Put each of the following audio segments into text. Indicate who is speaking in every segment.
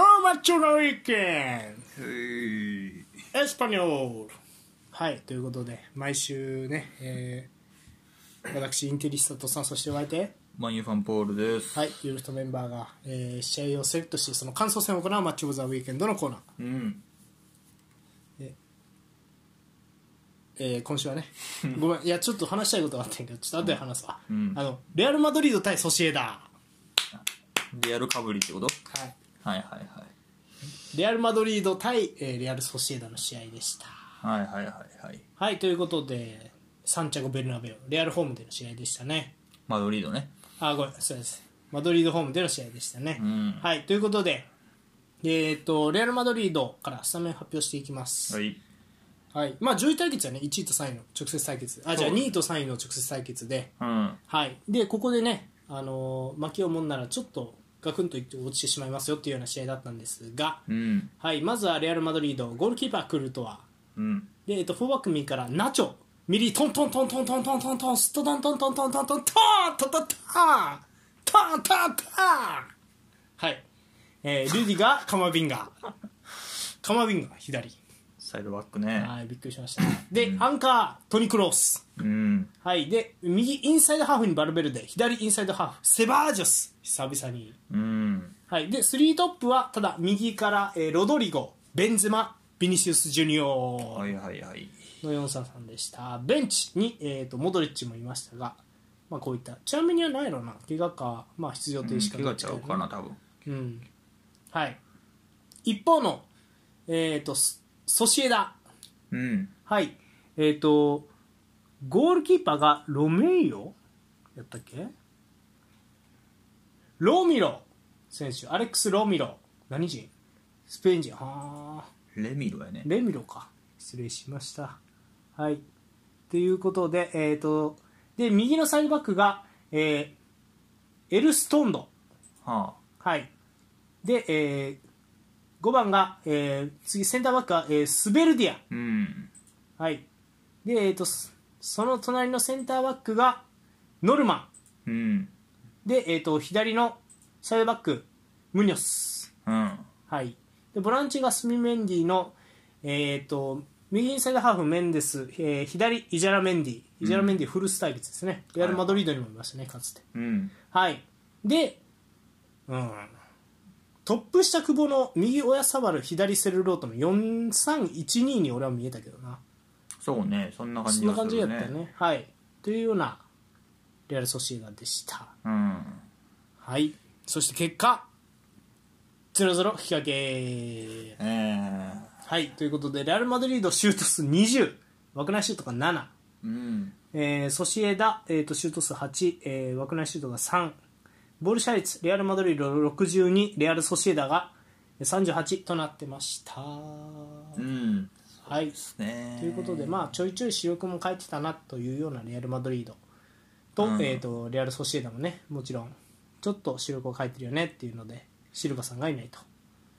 Speaker 1: ラリケン
Speaker 2: い
Speaker 1: エスパニョールはいということで毎週ね、えー私インテリスタとさんそしてお相手
Speaker 2: マンユファンポールです。
Speaker 1: はいユーロストメンバーが、えー試合をセレクトしその感想戦を行うマッチ・オブ・ザ・ウィーケンドのコーナー、
Speaker 2: うん。
Speaker 1: えー今週はねごめんいやちょっと話したいことがあったんやけどちょっと後で話すわ、
Speaker 2: ん
Speaker 1: あのレアル・マドリード対ソシエダは
Speaker 2: リアルかぶりってこと
Speaker 1: い
Speaker 2: はいはいはい。
Speaker 1: レアル・マドリード対、えーレアル・ソシエダの試合でした
Speaker 2: はいはいはいはい。
Speaker 1: はいということでサンチャゴ・ベルナベオレアルホームでの試合でしたね
Speaker 2: マドリードね。
Speaker 1: あごめんそうですマドリードホームでの試合でしたね、
Speaker 2: ん
Speaker 1: はいということでえっ、とレアル・マドリードからスタメン発表していきます、はい
Speaker 2: い。
Speaker 1: まあ上位対決はね1位と3位の直接対決あじゃあ
Speaker 2: そうです
Speaker 1: 2位と3位の直接対決で
Speaker 2: うん。
Speaker 1: はいでここでね、あのー負けをもんならちょっとガクンといって落ちてしまいますよっていうような試合だったんですが、
Speaker 2: うん。
Speaker 1: はい、まずはレアル・マドリードゴールキーパークルトワ
Speaker 2: うん。
Speaker 1: で、えっと、フォーバックミーからナチョミリトントントントントントントントンストトントントントントントントントントントントントントンはい、えー、ルディがカマビンガカマビンガ左
Speaker 2: サイドバックね。
Speaker 1: はいびっくりしましたで、アンカートニクロース
Speaker 2: うん。
Speaker 1: はいで右インサイドハーフにバルベルデ左インサイドハーフセバージョス久々に
Speaker 2: うん。
Speaker 1: はいで3トップはただ右から、えー、ロドリゴベンゼマビニシウス・ジュニオー
Speaker 2: はいはいはい。
Speaker 1: の4三3でしたベンチに、えー、とモドリッチもいましたが、まあ、こういったちなみにはないやろな怪我か、まあ、出場停止か
Speaker 2: 怪
Speaker 1: ど
Speaker 2: 我
Speaker 1: っ
Speaker 2: ち
Speaker 1: ち
Speaker 2: ゃ
Speaker 1: か
Speaker 2: う
Speaker 1: や
Speaker 2: か
Speaker 1: な
Speaker 2: な、多分。
Speaker 1: うんはい、一方の、えー、とソソシエダ
Speaker 2: うん。
Speaker 1: はいえー、とゴールキーパーがロメイオやったっけロミロ選手アレックス・ロミロ何人スペイン人はあ
Speaker 2: レミロやね。
Speaker 1: レミロか失礼しましたはいということでえっ、とで右のサイドバックが、えーエルストンド
Speaker 2: は
Speaker 1: はいで、え5番が、えー次センターバックが、えースベルディ
Speaker 2: あ。うん。
Speaker 1: アはいでえっ、とそその隣のセンターバックがノルマ
Speaker 2: うん。
Speaker 1: ンでえっ、と左のサイドバックムニョス
Speaker 2: うん。
Speaker 1: はい、でボランチがスミメンディの、えー、と右インサイドハーフメンデス、えー左イジャラメンディイジャラメンディフルス対決ですね、レアル・マドリードにもいましたねかつて
Speaker 2: うん。
Speaker 1: はいで、うん、トップ下久保の右親サバル左セルロートの4312に俺は見えたけどな
Speaker 2: そうね。そんな感
Speaker 1: そ
Speaker 2: じ
Speaker 1: んな
Speaker 2: が
Speaker 1: 感
Speaker 2: する
Speaker 1: じだ
Speaker 2: ね。
Speaker 1: ったよねはいというようなレアル・ソシエダでした
Speaker 2: うん。
Speaker 1: はいそして結果0-0引き分け
Speaker 2: えー。
Speaker 1: はい、ということで、レアル・マドリードシュート数20、枠内シュートが7、
Speaker 2: うん。
Speaker 1: えーソシエダ、えー、とシュート数8、えー枠内シュートが3、ボール射率、レアル・マドリード62、レアル・ソシエダが38となってました。
Speaker 2: うん。
Speaker 1: はい、
Speaker 2: ね
Speaker 1: ということで、まあ、ちょいちょい主力も変えてたなというようなレアル・マドリードと,、
Speaker 2: うん
Speaker 1: えー、とレアル・ソシエダもね、もちろん、ちょっと主力を変えてるよねっていうので、シルバさんがいないと。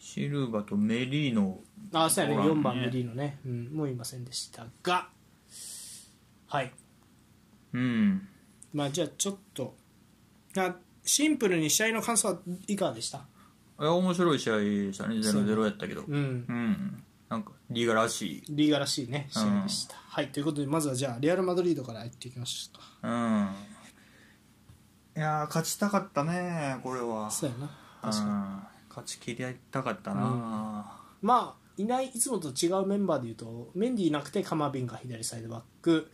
Speaker 2: シルバとメリーノ
Speaker 1: あそうやね
Speaker 2: ほらね
Speaker 1: 4番メリーのね、うん、もういませんでしたがはい
Speaker 2: うん
Speaker 1: まあじゃあちょっとあシンプルに試合の感想はいかがでした
Speaker 2: いや面白い試合でしたね0 0やったけどう、
Speaker 1: うんん
Speaker 2: なんかリーガらしい
Speaker 1: リーガらしいね試合でした、はいということでまずはじゃあレアル・マドリードからやっていきましょうか
Speaker 2: うんいやー勝ちたかったねこれは
Speaker 1: そうやな
Speaker 2: うん
Speaker 1: 確かに
Speaker 2: 勝ち切りたかったな
Speaker 1: まあいないいつもと違うメンバーでいうとメンディいなくてカマビンが左サイドバック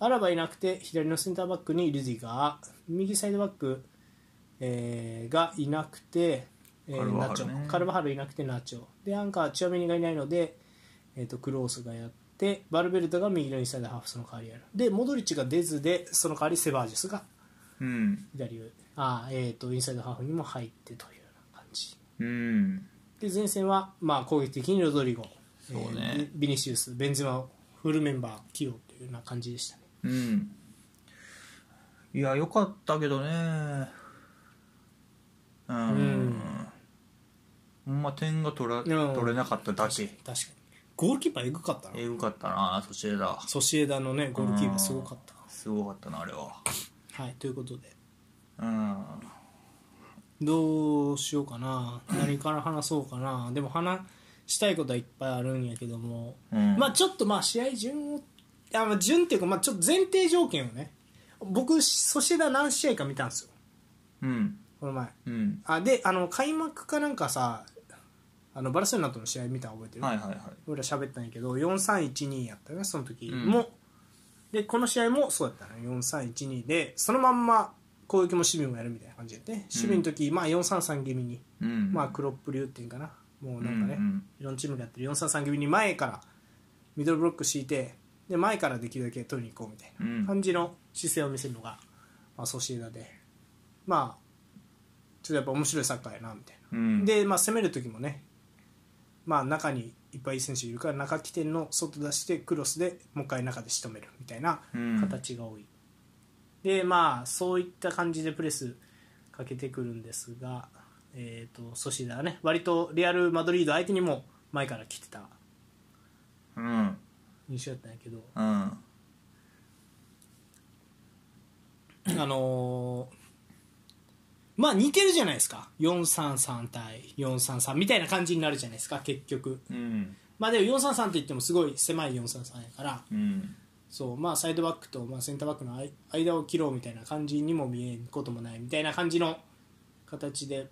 Speaker 1: アラバいなくて左のセンターバックにルディガー右サイドバック、えーがいなくて、えー
Speaker 2: カルバハルね
Speaker 1: ナチョカルバハルいなくてナチョでアンカーチュアメニがいないので、えー、とクロースがやってバルベルトが右のインサイドハーフその代わりやるでモドリッチが出ずでその代わりセバージュスが
Speaker 2: うん
Speaker 1: 左上あー、えー、とインサイドハーフにも入ってというような感じ
Speaker 2: うん
Speaker 1: で前線はまあ攻撃的にロドリゴ、
Speaker 2: うね
Speaker 1: えービビニシウスベンゼマをフルメンバー起用というような感じでしたね
Speaker 2: うんいやよかったけどねうん、
Speaker 1: うん
Speaker 2: ほんま点が取ら
Speaker 1: ん
Speaker 2: 取れなかっただけ
Speaker 1: 確かにゴールキーパーエグかったな
Speaker 2: えぐかったなそちら
Speaker 1: ソシエダのねゴールキーパーすごかった
Speaker 2: すごかったなあれは
Speaker 1: はいということで
Speaker 2: うん
Speaker 1: どうしようかな何から話そうかなでも話したいことはいっぱいあるんやけども、
Speaker 2: うん
Speaker 1: まあちょっとまあ試合順をあまあ順っていうかまあちょっと前提条件をね僕ソシエダ何試合か見たんですよ
Speaker 2: うん
Speaker 1: この前
Speaker 2: うん
Speaker 1: あであの開幕かなんかさあのバルセロナとの試合見たの覚えてる、
Speaker 2: はいはいはい
Speaker 1: 俺ら喋ったんやけど4312やったよねその時
Speaker 2: うん
Speaker 1: も、でこの試合もそうやったね4312でそのまんま攻撃も守備もやるみたいな感じで、ね、守備の時、まあ433気味に、
Speaker 2: うん
Speaker 1: まあクロップ流っていうんかなもうなんかね、
Speaker 2: うんうん
Speaker 1: いろんなチームがやってる433気味に前からミドルブロック敷いてで前からできるだけ取りに行こうみたい
Speaker 2: うん
Speaker 1: な感じの姿勢を見せるのが、まあ、ソシエダでまあちょっとやっぱ面白いサッカーやなみたいな
Speaker 2: うん
Speaker 1: で、まあ、攻める時もね、まあ、中にいっぱいいい選手いるから中起点の外出してクロスでもう一回中で仕留めるみたいな
Speaker 2: うん
Speaker 1: 形が多い、でまあそういった感じでプレスかけてくるんですが、えー、とソシエダはね割とレアル・マドリード相手にも前から来てた
Speaker 2: うん
Speaker 1: 印象だったんやけど、
Speaker 2: うん
Speaker 1: あのーまあ似てるじゃないですか433対433みたいな感じになるじゃないですか結局。
Speaker 2: うん
Speaker 1: まあでも433って言ってもすごい狭い433やから
Speaker 2: うん
Speaker 1: そうまあサイドバックとまあセンターバックの間間を切ろうみたいな感じにも見えんこともないみたいな感じの形で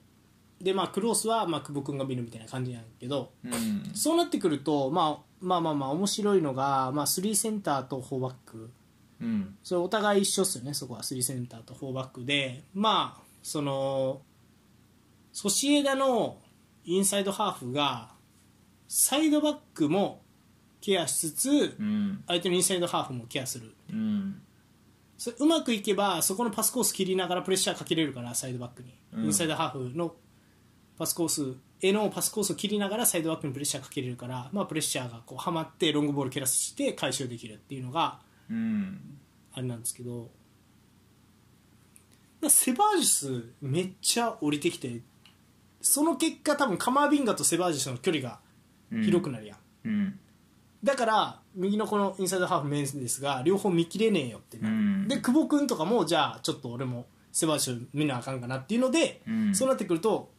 Speaker 1: でまあクロスはまあ久保君が見るみたいな感じなんやけど
Speaker 2: うん
Speaker 1: そうなってくると、まあ、まあまあまあ面白いのが、まあ、3センターと4バック
Speaker 2: うん
Speaker 1: それお互い一緒っすよねそこは3センターと4バックでまあそのソシエダのインサイドハーフがサイドバックもケアしつつ
Speaker 2: うん
Speaker 1: 相手のインサイドハーフもケアする
Speaker 2: うん
Speaker 1: それうまくいけばそこのパスコース切りながらプレッシャーかけれるからサイドバックに、
Speaker 2: うん
Speaker 1: インサイドハーフのパスコースへのパスコースを切りながらサイドバックにプレッシャーかけれるから、まあ、プレッシャーがこうはまってロングボール蹴らして回収できるっていうのが
Speaker 2: うん
Speaker 1: あれなんですけどだセバージュスめっちゃ降りてきてその結果多分カマービンガとセバージュスの距離が広くなるやん、
Speaker 2: うん
Speaker 1: だから右のこのインサイドハーフメンですが両方見切れねえよってなる、
Speaker 2: うん
Speaker 1: で久保君とかもじゃあちょっと俺もセバーシュ見なあかんかなっていうので、
Speaker 2: うん
Speaker 1: そうなってくると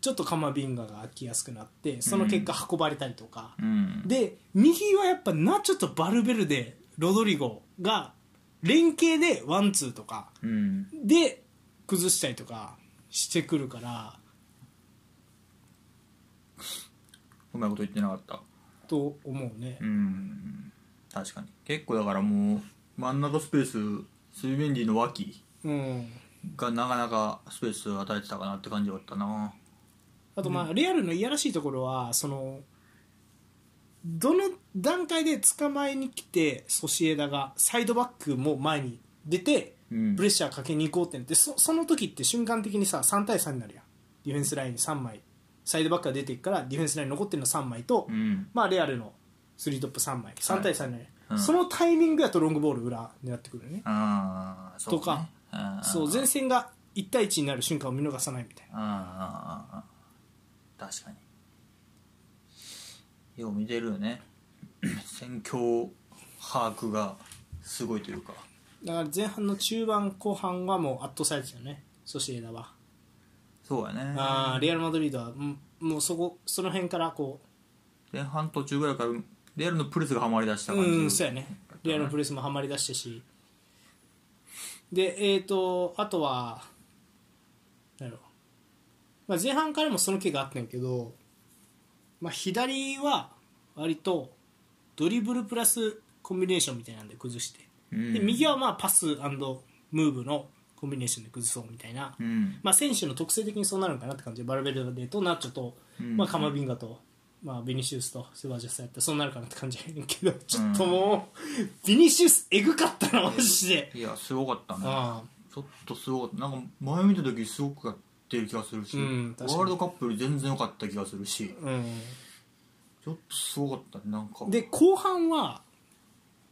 Speaker 1: ちょっとカマビンガが空きやすくなってその結果運ばれたりとか、
Speaker 2: うん
Speaker 1: で右はやっぱナチョとバルベルデロドリゴが連携でワンツーとか
Speaker 2: うん
Speaker 1: で崩したりとかしてくるから
Speaker 2: うまいこと言ってなかった
Speaker 1: と思うね
Speaker 2: う、ん確かに結構だからもう真ん中スペーススイベンディの脇
Speaker 1: うん、
Speaker 2: がなかなかスペースを与えてたかなって感じだったな
Speaker 1: あとまあレアルのいやらしいところはそのどの段階で捕まえに来てソシエダがサイドバックも前に出て
Speaker 2: うん
Speaker 1: プレッシャーかけに行こうってなってそその時って瞬間的にさ3対3になるやんディフェンスラインに3枚サイドバックが出ていくからディフェンスラインに残ってるの3枚と、
Speaker 2: うん
Speaker 1: まあ、レアルの3トップ3枚3対3になる、
Speaker 2: うん
Speaker 1: そのタイミングやとロングボール裏狙ってくるよね
Speaker 2: ああそうね
Speaker 1: とか
Speaker 2: あー
Speaker 1: そう前線が1対1になる瞬間を見逃さないみたいな
Speaker 2: あーあーあー確かによう見てるよね 戦況把握がすごいというか
Speaker 1: だから前半の中盤後半はもう圧倒されてたよねソシエダは、
Speaker 2: そうやね
Speaker 1: あーレアル・マドリードはうんもうそこその辺からこ
Speaker 2: 前半途中ぐらいからレアルのプレスがはまりだし
Speaker 1: う
Speaker 2: た感じ
Speaker 1: うんそうやねレアルのプレスもはまりだしたしでえー、とあとはなんやろまあ、前半からもその気があったんやけど、まあ、左は割とドリブルプラスコンビネーションみたいなんで崩して
Speaker 2: うん
Speaker 1: で右はまあパスムーブのコンビネーションで崩そうみたいな、
Speaker 2: うん
Speaker 1: まあ、選手の特性的にそうなるのかなって感じでバルベルデとナッチョと、
Speaker 2: うん
Speaker 1: まあ、カマビンガと、まあ、ビニシウスとセバジャスやってそうなるかなって感じやねんけどちょっともう、ビニシウスえぐかったなマジで。
Speaker 2: いやすごかったね
Speaker 1: あ
Speaker 2: ちょっとすごかったなんか前見た時すごくやってる気がするし、
Speaker 1: うん
Speaker 2: ワ
Speaker 1: 確かに
Speaker 2: ールドカップより全然良かった気がするし
Speaker 1: あうん
Speaker 2: ちょっとすごかったねなんか
Speaker 1: で後半は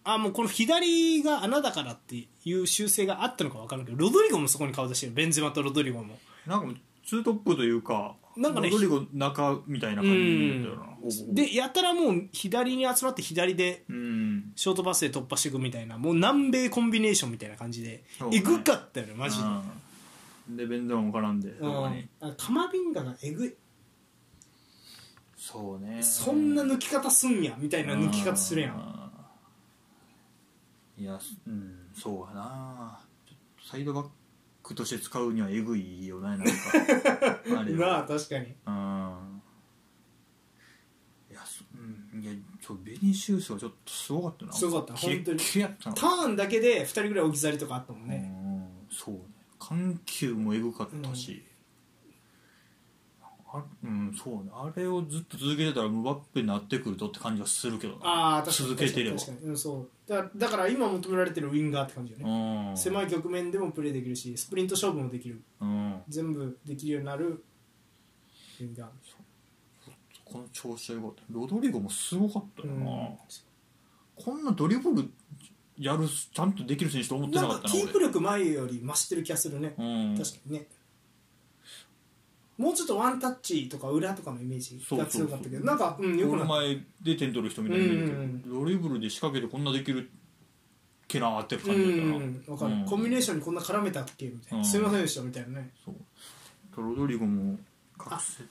Speaker 1: あもうこの左が穴だからっていう修正があったのか分からんけどロドリゴもそこに顔出してるベンゼマとロドリゴも
Speaker 2: なんかもうツートップというか
Speaker 1: なんかね
Speaker 2: ロドリゴ中みたいな感じだったよな
Speaker 1: でやたらもう左に集まって左で
Speaker 2: うん
Speaker 1: ショートパスで突破していくみたいなもう南米コンビネーションみたいな感じで
Speaker 2: そうね
Speaker 1: えぐかったよねマジで
Speaker 2: うんでベンドラも絡んでそこに
Speaker 1: うん、カマビンガがえぐい
Speaker 2: そうね
Speaker 1: そんな抜き方すんやみたいな抜き方するやん
Speaker 2: うんいやすうんそうやなちょっとサイドバックとして使うにはえぐいよね なんかあれ
Speaker 1: なあ
Speaker 2: は
Speaker 1: 確かに
Speaker 2: うんいやそうんいやちょベニシウスはちょっとすごかったな
Speaker 1: すごかった
Speaker 2: キレ
Speaker 1: 本当に
Speaker 2: ッキレやったな
Speaker 1: ターンだけで2人ぐらい置き去りとかあったもんね、
Speaker 2: うんそうね緩急もえぐかったし、あうんそうねあれをずっと続けてたらムバッペになってくるとって感じはするけどな
Speaker 1: ああ確かに
Speaker 2: 続けてれば
Speaker 1: 確かに確かにうんそうだだから今求められてるウインガーって感じよね、
Speaker 2: うん
Speaker 1: 狭い局面でもプレーできるしスプリント勝負もできる
Speaker 2: うん
Speaker 1: 全部できるようになるウインガー
Speaker 2: この調子はよかったロドリゴもすごかったよな、
Speaker 1: うん
Speaker 2: こんなドリブルやるちゃんとできる選手と思ってな
Speaker 1: な
Speaker 2: か
Speaker 1: ん
Speaker 2: っ
Speaker 1: か
Speaker 2: たな
Speaker 1: キープ
Speaker 2: 俺
Speaker 1: 力前より増してる気がするね、
Speaker 2: うん
Speaker 1: 確かにねもうちょっとワンタッチとか裏とかのイメージが強かったけど
Speaker 2: そうそうそう
Speaker 1: なんかうんよ
Speaker 2: ゴ
Speaker 1: くな
Speaker 2: ール
Speaker 1: った
Speaker 2: 前で点取る人みたいに見えるけど、
Speaker 1: うんうん
Speaker 2: ドリブルで仕掛けてこんなできるけなーって
Speaker 1: う
Speaker 2: 感じだったな、
Speaker 1: んわかる、
Speaker 2: うん
Speaker 1: コンビネーションにこんな絡めたっけみたいな、
Speaker 2: うん
Speaker 1: すいませんでしたみたいなね
Speaker 2: そうロドリゴも覚醒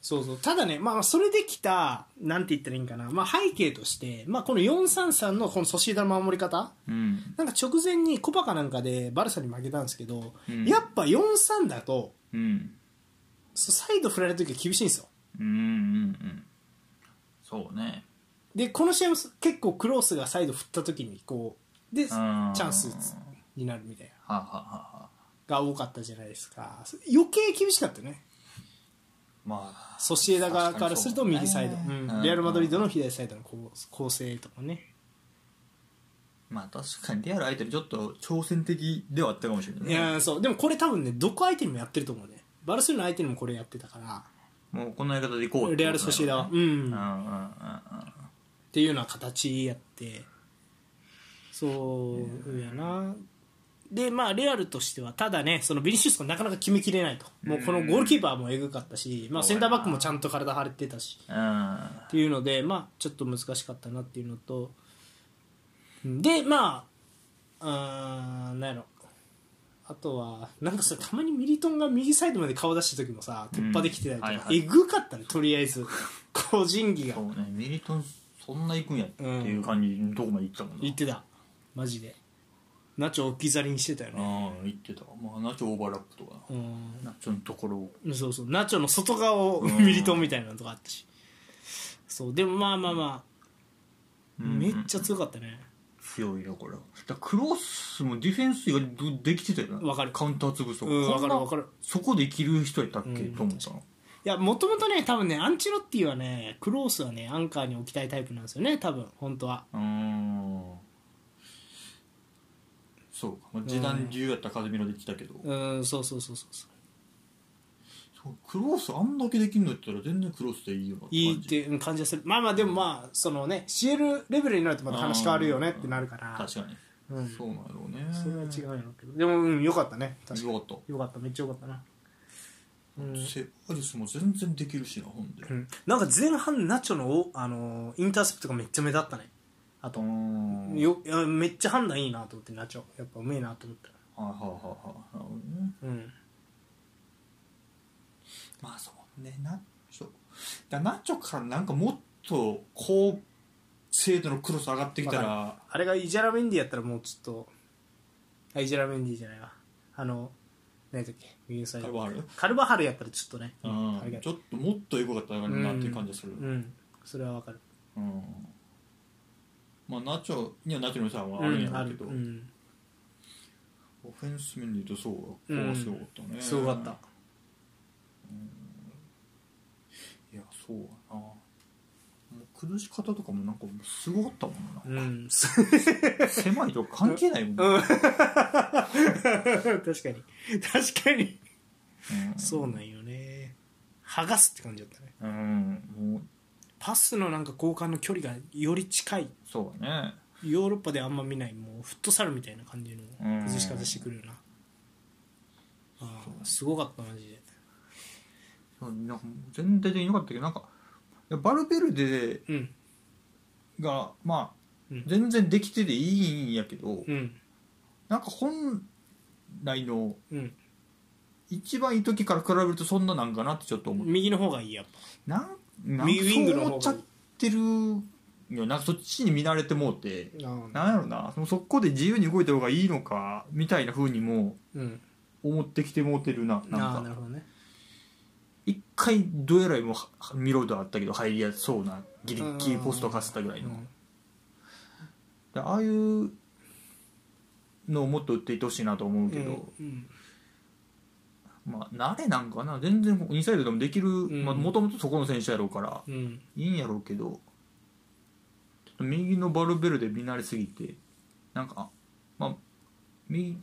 Speaker 1: そうそうただね、まあ、それできたなんて言ったらいいんかな、まあ、背景として、まあ、この433のこのソシエダの守り方
Speaker 2: うん
Speaker 1: なんか直前にコパかなんかでバルサに負けたんですけど、
Speaker 2: うん
Speaker 1: やっぱ43だと
Speaker 2: うん
Speaker 1: そうサイド振られる時は厳しいんですよ
Speaker 2: うんうんうんそうね
Speaker 1: でこの試合も結構クロースがサイド振った時にこうでチ
Speaker 2: あー
Speaker 1: ャンスになるみたいな
Speaker 2: はあ、はあはあ、
Speaker 1: が多かったじゃないですか余計厳しかったよね
Speaker 2: まあ
Speaker 1: ソシエダ側からすると右サイド、
Speaker 2: 確かにそうだね
Speaker 1: うんレアル・マドリードの左サイドの構構成とかね
Speaker 2: まあ確かにリアル相手にちょっと挑戦的ではあったかもしれない
Speaker 1: いやーそうでもこれ多分ねどこ相手にもやってると思うねバルセロナ相手にもこれやってたか
Speaker 2: もうこんなやり方でいこう
Speaker 1: ら
Speaker 2: って
Speaker 1: レア
Speaker 2: こ
Speaker 1: ル・
Speaker 2: と
Speaker 1: ソシエダ
Speaker 2: だ
Speaker 1: は
Speaker 2: よ
Speaker 1: う
Speaker 2: ねうん
Speaker 1: ん
Speaker 2: う
Speaker 1: っ
Speaker 2: んうんうん
Speaker 1: ていうような形やってそうやなでまあレアルとしてはただねそのビニシウスがなかなか決めきれないともうこのゴールキーパーもえぐかったし、まあ、センターバックもちゃんと体張れてたし
Speaker 2: うん
Speaker 1: っていうので、まあ、ちょっと難しかったなっていうのとでまああーなんやろあとはなんかさたまにミリトンが右サイドまで顔出した時もさ突破できてたりとか、
Speaker 2: うんはいはい
Speaker 1: えぐかったねとりあえず個人技が
Speaker 2: そうねミリトンそんな行くんやっていう感じのとこまで行ってたもんな
Speaker 1: 言ってたマジでナチョ置き去りにしてたよね
Speaker 2: うん行ってたまあナチョオーバーラップとか
Speaker 1: うん
Speaker 2: ナチョのところを
Speaker 1: そうそうナチョの外側をミリトンみたいなのとかあったしそうでもまあまあまあ、
Speaker 2: うん
Speaker 1: めっちゃ強かったね
Speaker 2: 強いよこれはだからクロスもディフェンスがどできてたよな
Speaker 1: わかる
Speaker 2: カウンター潰そう
Speaker 1: うんわかる
Speaker 2: こな
Speaker 1: わかる
Speaker 2: そこで生きる人やったっけ、
Speaker 1: うん
Speaker 2: と思ったの
Speaker 1: いやもともとね多分ねアンチロッティはねクロースはねアンカーに置きたいタイプなんですよね多分本当は
Speaker 2: うーんそうか、まあ、時短自由やったらカゼミロできたけど、
Speaker 1: うーんそうそうそうそうそう
Speaker 2: そうクロスあんだけできるのやったら全然クロスでいいよなって
Speaker 1: いい
Speaker 2: 感
Speaker 1: っ
Speaker 2: じ
Speaker 1: てうん感じがするまあまあでもまあそのね CL レベルになるとまた話変わるよね
Speaker 2: うん
Speaker 1: ってなるから
Speaker 2: 確かに、
Speaker 1: うん
Speaker 2: そうなんやろうね
Speaker 1: それは違うんやろうけどでもうんよかったね確か
Speaker 2: よかった
Speaker 1: によかっためっちゃよかったなうん、
Speaker 2: セアリスも全然できるしなほんで
Speaker 1: うんなんか前半ナチョのお、あのーインターセプトがめっちゃ目立ったねあと、
Speaker 2: んはい
Speaker 1: よいやめっちゃ判断いいなと思ってナチョやっぱうめえなと思った
Speaker 2: はいはいはいなるほどね
Speaker 1: うん
Speaker 2: まあそうねナッチョだからナッチョからなんかもっと高精度のクロス上がってきたら
Speaker 1: あれがイジャラメンディやったらもうちょっとあイジャラメンディじゃないわあの何だっけ右サイ
Speaker 2: カル
Speaker 1: ド
Speaker 2: バハル
Speaker 1: カルバハルやったらちょっとね
Speaker 2: う
Speaker 1: あれが
Speaker 2: んちょっともっとエゴが高いなっていう感じがする
Speaker 1: うん、うんそれはわかる
Speaker 2: うんまあナチョにはナチョの良さはあるんや
Speaker 1: うんあ
Speaker 2: ろうけ
Speaker 1: る
Speaker 2: ど
Speaker 1: うん
Speaker 2: オフェンス面で言うとそうここ
Speaker 1: うん
Speaker 2: はすごかったね
Speaker 1: すごかった
Speaker 2: いやそうやなもう崩し方とかもなんかもうすごかったも
Speaker 1: うんん
Speaker 2: な狭いとか関係ないもんな
Speaker 1: 確かに確かに
Speaker 2: うん
Speaker 1: そうなんよね剥がすって感じだったね
Speaker 2: うんもう
Speaker 1: パスのなんか交換の距離がより近い
Speaker 2: そうだね
Speaker 1: ヨーロッパであんま見ないもうフットサルみたいな感じの崩し方してくるよなああすごかったマジで
Speaker 2: なんか全体的に良かったけどなんかいやバルベルデ
Speaker 1: うん
Speaker 2: がまあ
Speaker 1: うん
Speaker 2: 全然できてていいんやけど、
Speaker 1: うん
Speaker 2: なんか本来の
Speaker 1: うん
Speaker 2: 一番いい時から比べるとそんななんかなってちょっと思う
Speaker 1: 右の方がいいやっぱ
Speaker 2: なんなんか
Speaker 1: 右ウィングの
Speaker 2: そう
Speaker 1: 方が
Speaker 2: 思っちゃってるよなんかそっちに見慣れてもうて
Speaker 1: う
Speaker 2: なんやろなそのそこで自由に動いた方がいいのかみたいな風にも
Speaker 1: ん
Speaker 2: 思ってきてもうてるな
Speaker 1: あ
Speaker 2: な
Speaker 1: あ
Speaker 2: ん
Speaker 1: なる
Speaker 2: か
Speaker 1: ほどね
Speaker 2: 一回どえらいもうは見ろとあったけど入りやすそうなギリギリポストかせたぐらいの、
Speaker 1: うん
Speaker 2: でああいうのをもっと売っていってほしいなと思うけど、
Speaker 1: うん
Speaker 2: まあ、慣れなんかな全然インサイドでもできる
Speaker 1: ん
Speaker 2: もともとそこの選手やろうから
Speaker 1: うん
Speaker 2: いいんやろうけどちょっと右のバルベルで見慣れすぎてなんかあまあ右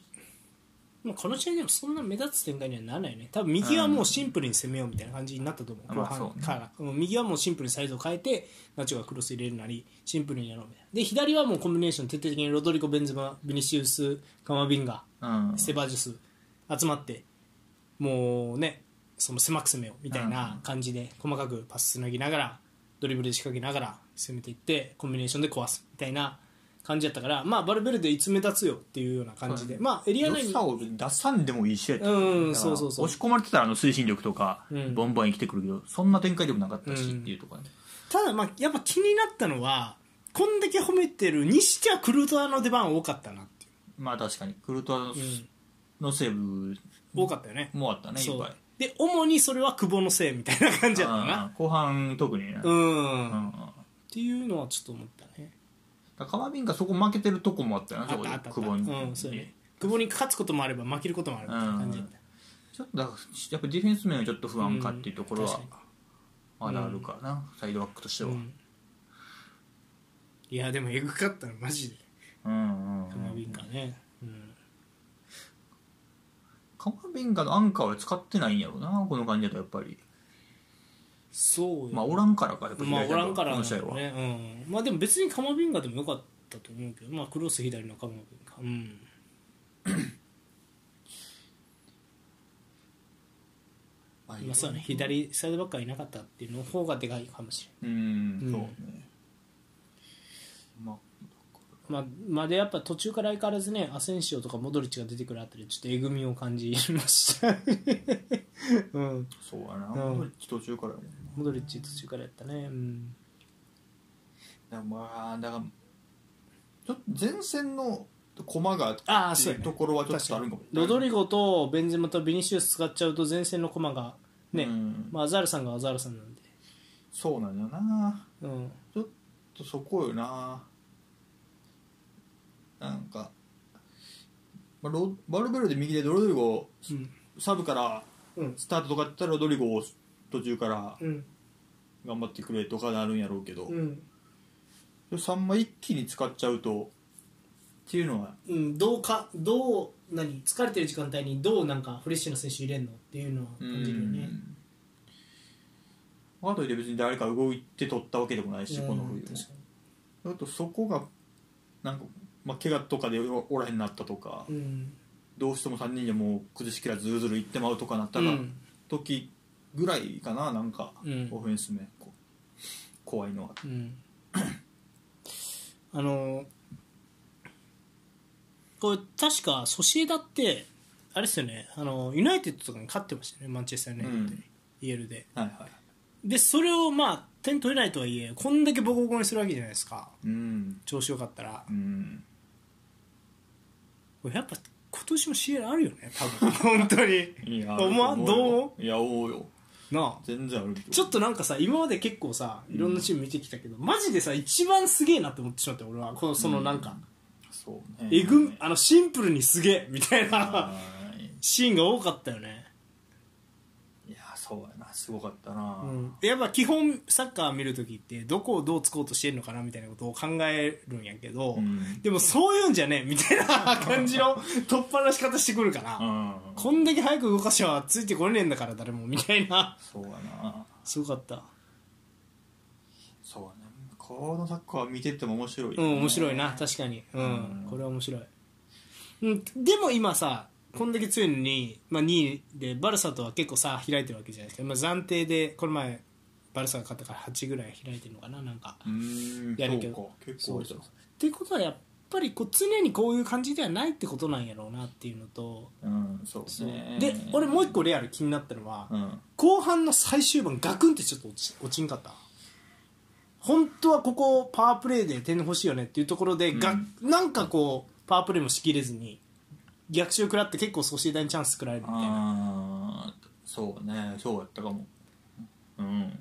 Speaker 1: まあこの試合でもそんな目立つ展開にはならないよね多分右はもうシンプルに攻めようみたいな感じになったと思う
Speaker 2: うん
Speaker 1: 後
Speaker 2: まあそう
Speaker 1: 半
Speaker 2: ね
Speaker 1: から、うん右はもうシンプルにサイズを変えてナチョがクロス入れるなりシンプルにやろうみたいなで左はもうコンビネーション徹底的にロドリゴ・ベンゼマビニシウスカマビンガ
Speaker 2: うん
Speaker 1: セバジュス集まってもうねその狭く攻めようみたいな感じで細かくパスつなぎながらドリブルで仕掛けながら攻めていってコンビネーションで壊すみたいな感じだったからまあバルベルデいつ目立つよっていうような感じで、
Speaker 2: そう
Speaker 1: まあエリア
Speaker 2: 良
Speaker 1: 内に
Speaker 2: さを出さんでもいい試合だった
Speaker 1: うんうん
Speaker 2: だから
Speaker 1: そうそうそう
Speaker 2: 押し込まれてたらあの推進力とか
Speaker 1: うん
Speaker 2: ボンボン生きてくるけどそんな展開でもなかったし
Speaker 1: う
Speaker 2: っ
Speaker 1: ん
Speaker 2: ていうところね
Speaker 1: ただまあやっぱ気になったのはこんだけ褒めてるにしてはクルートワの出番多かったなってい
Speaker 2: まあ確かにクルトワ
Speaker 1: う、うん
Speaker 2: のセーブ
Speaker 1: 多かったよね
Speaker 2: もあったねい
Speaker 1: そ
Speaker 2: っぱいう
Speaker 1: で主にそれは久保のせいみたいな感じだった
Speaker 2: う
Speaker 1: なん
Speaker 2: 後半特にね
Speaker 1: うん、
Speaker 2: う
Speaker 1: っ
Speaker 2: んうん
Speaker 1: ていうのはちょっと思ったね
Speaker 2: だからカマビンガそこ負けてるとこもあったよな
Speaker 1: あ
Speaker 2: そ
Speaker 1: っ
Speaker 2: こ
Speaker 1: た
Speaker 2: で
Speaker 1: あったあった
Speaker 2: 久保に、
Speaker 1: うんそうやね久保に勝つこともあれば負けることもあるみたいな感じだった、
Speaker 2: ちょっとだからやっぱディフェンス面はちょっと不安かっていうところは
Speaker 1: 確か
Speaker 2: まだあるからな、サイドバックとして
Speaker 1: に
Speaker 2: は、う、
Speaker 1: うんんいやでもえぐかったのマジで
Speaker 2: うんうん
Speaker 1: カマビンガね、うん、
Speaker 2: カマビンガのアンカーは使ってないんやろうなこの感じだとやっぱり
Speaker 1: そうよ
Speaker 2: まあおらんからかやっぱ
Speaker 1: まあ、お
Speaker 2: 左だ
Speaker 1: ら
Speaker 2: と
Speaker 1: んからな
Speaker 2: この
Speaker 1: んだ
Speaker 2: 試合
Speaker 1: ろう
Speaker 2: は、
Speaker 1: ね、うん、まあでも別にカマビンガでもよかったと思うけど、まあ、クロス左のカマビンガ、うん、
Speaker 2: ま
Speaker 1: 今そうね左サイドバックがいなかったっていうの方がでかいかもしれない
Speaker 2: うん、
Speaker 1: うん
Speaker 2: そうねまあ
Speaker 1: まあ、まあ、でやっぱ途中から相変わらずねアセンシオとかモドリッチが出てくるあたりちょっとえぐみを感じました うん
Speaker 2: そうやな、
Speaker 1: うん
Speaker 2: 途中からやもんな
Speaker 1: モドリッチ途中からやったねうん
Speaker 2: だからまあだからちょっと前線の駒が
Speaker 1: ああ
Speaker 2: って
Speaker 1: そう
Speaker 2: い
Speaker 1: や
Speaker 2: う
Speaker 1: ね
Speaker 2: ところはちょっとあるんかも
Speaker 1: ロドリゴとベンゼマとビニシウス使っちゃうと前線の駒がね、
Speaker 2: うん
Speaker 1: まあ、アザールさんがアザールさんなんで
Speaker 2: そうなんだよな
Speaker 1: うん
Speaker 2: ちょっとそこよななんか、まあ、ロバルベルで右でロドリゴ
Speaker 1: うん
Speaker 2: サブから
Speaker 1: うん
Speaker 2: スタートとかやったらロドリゴを途中から
Speaker 1: うん
Speaker 2: 頑張ってくれとかなるんやろうけど、
Speaker 1: うん
Speaker 2: 3枚一気に使っちゃうとっていうのは
Speaker 1: うん、どうかどう何疲れてる時間帯にどうなんかフレッシュな選手入れんのっていうのを感じるよね。
Speaker 2: あとで別に誰か動いて取ったわけでもないし、
Speaker 1: うん
Speaker 2: この冬ね
Speaker 1: 確か
Speaker 2: あとそこがなんか、まあ、怪我とかでおらへんなったとか、
Speaker 1: にうん
Speaker 2: どうしても3人でもう崩しきらずるずるいってまうとかなったら、
Speaker 1: うん
Speaker 2: 時ぐらいかななんか、
Speaker 1: うん
Speaker 2: オフェンス面こう怖いのは
Speaker 1: うん、あのこれ確かソシエダってあれですよねあのユナイテッドとかに勝ってましたよねマンチェスター・ユナイテッドに、
Speaker 2: うん
Speaker 1: イエルで
Speaker 2: はいはい
Speaker 1: でそれをまあ点取れないとはいえこんだけボコボコにするわけじゃないですか
Speaker 2: うん
Speaker 1: 調子よかったら
Speaker 2: うん
Speaker 1: これやっぱ今年も CL あるよね多 分本当に
Speaker 2: いや
Speaker 1: 思わんどう思
Speaker 2: ういや思うよ
Speaker 1: なあ
Speaker 2: 全然あるけど
Speaker 1: ちょっとなんかさ今まで結構さいろんなチーム見てきたけど、マジでさ一番すげえなって思ってしまって俺はこのそのなんか、
Speaker 2: そうね
Speaker 1: えぐんあのシンプルにすげえみたいな
Speaker 2: はい
Speaker 1: シーンが多かったよね、
Speaker 2: いやそうやなすごかったな、
Speaker 1: うん、やっぱ基本サッカー見るときってどこをどうつこうとしてるのかなみたいなことを考えるんやけど、
Speaker 2: ん
Speaker 1: でもそういうんじゃねえみたい な感じの突破の仕方してくるから、
Speaker 2: うん
Speaker 1: こんだけ早く動かしはついてこれねえんだから誰もみたい な
Speaker 2: そうやな
Speaker 1: すごかった
Speaker 2: そうやねこのサッカー見てても面白いよ
Speaker 1: う
Speaker 2: ね、
Speaker 1: ん面白いな確かにうん、
Speaker 2: うん
Speaker 1: これは面白い、うん、でも今さこんだけ強いのに、まあ、2位でバルサとは結構差開いてるわけじゃないですか、まあ、暫定でこの前バルサが勝ったから8ぐらい開いてるのかななんか、
Speaker 2: うーん
Speaker 1: やるけど
Speaker 2: そうか結構
Speaker 1: ってことはやっぱりこう常にこういう感じではないってことなんやろうなっていうのと、
Speaker 2: うんそうですね
Speaker 1: で俺もう一個レアル気になったのは、
Speaker 2: うん
Speaker 1: 後半の最終盤ガクンってちょっと落ち落ちんかった本当はここパワープレーで点欲しいよねっていうところで、がなんかこうパワープレーもしきれずに逆襲食らって結構ソシエダにチャンス食らえるみたいな
Speaker 2: ああそうねそうやったかもうん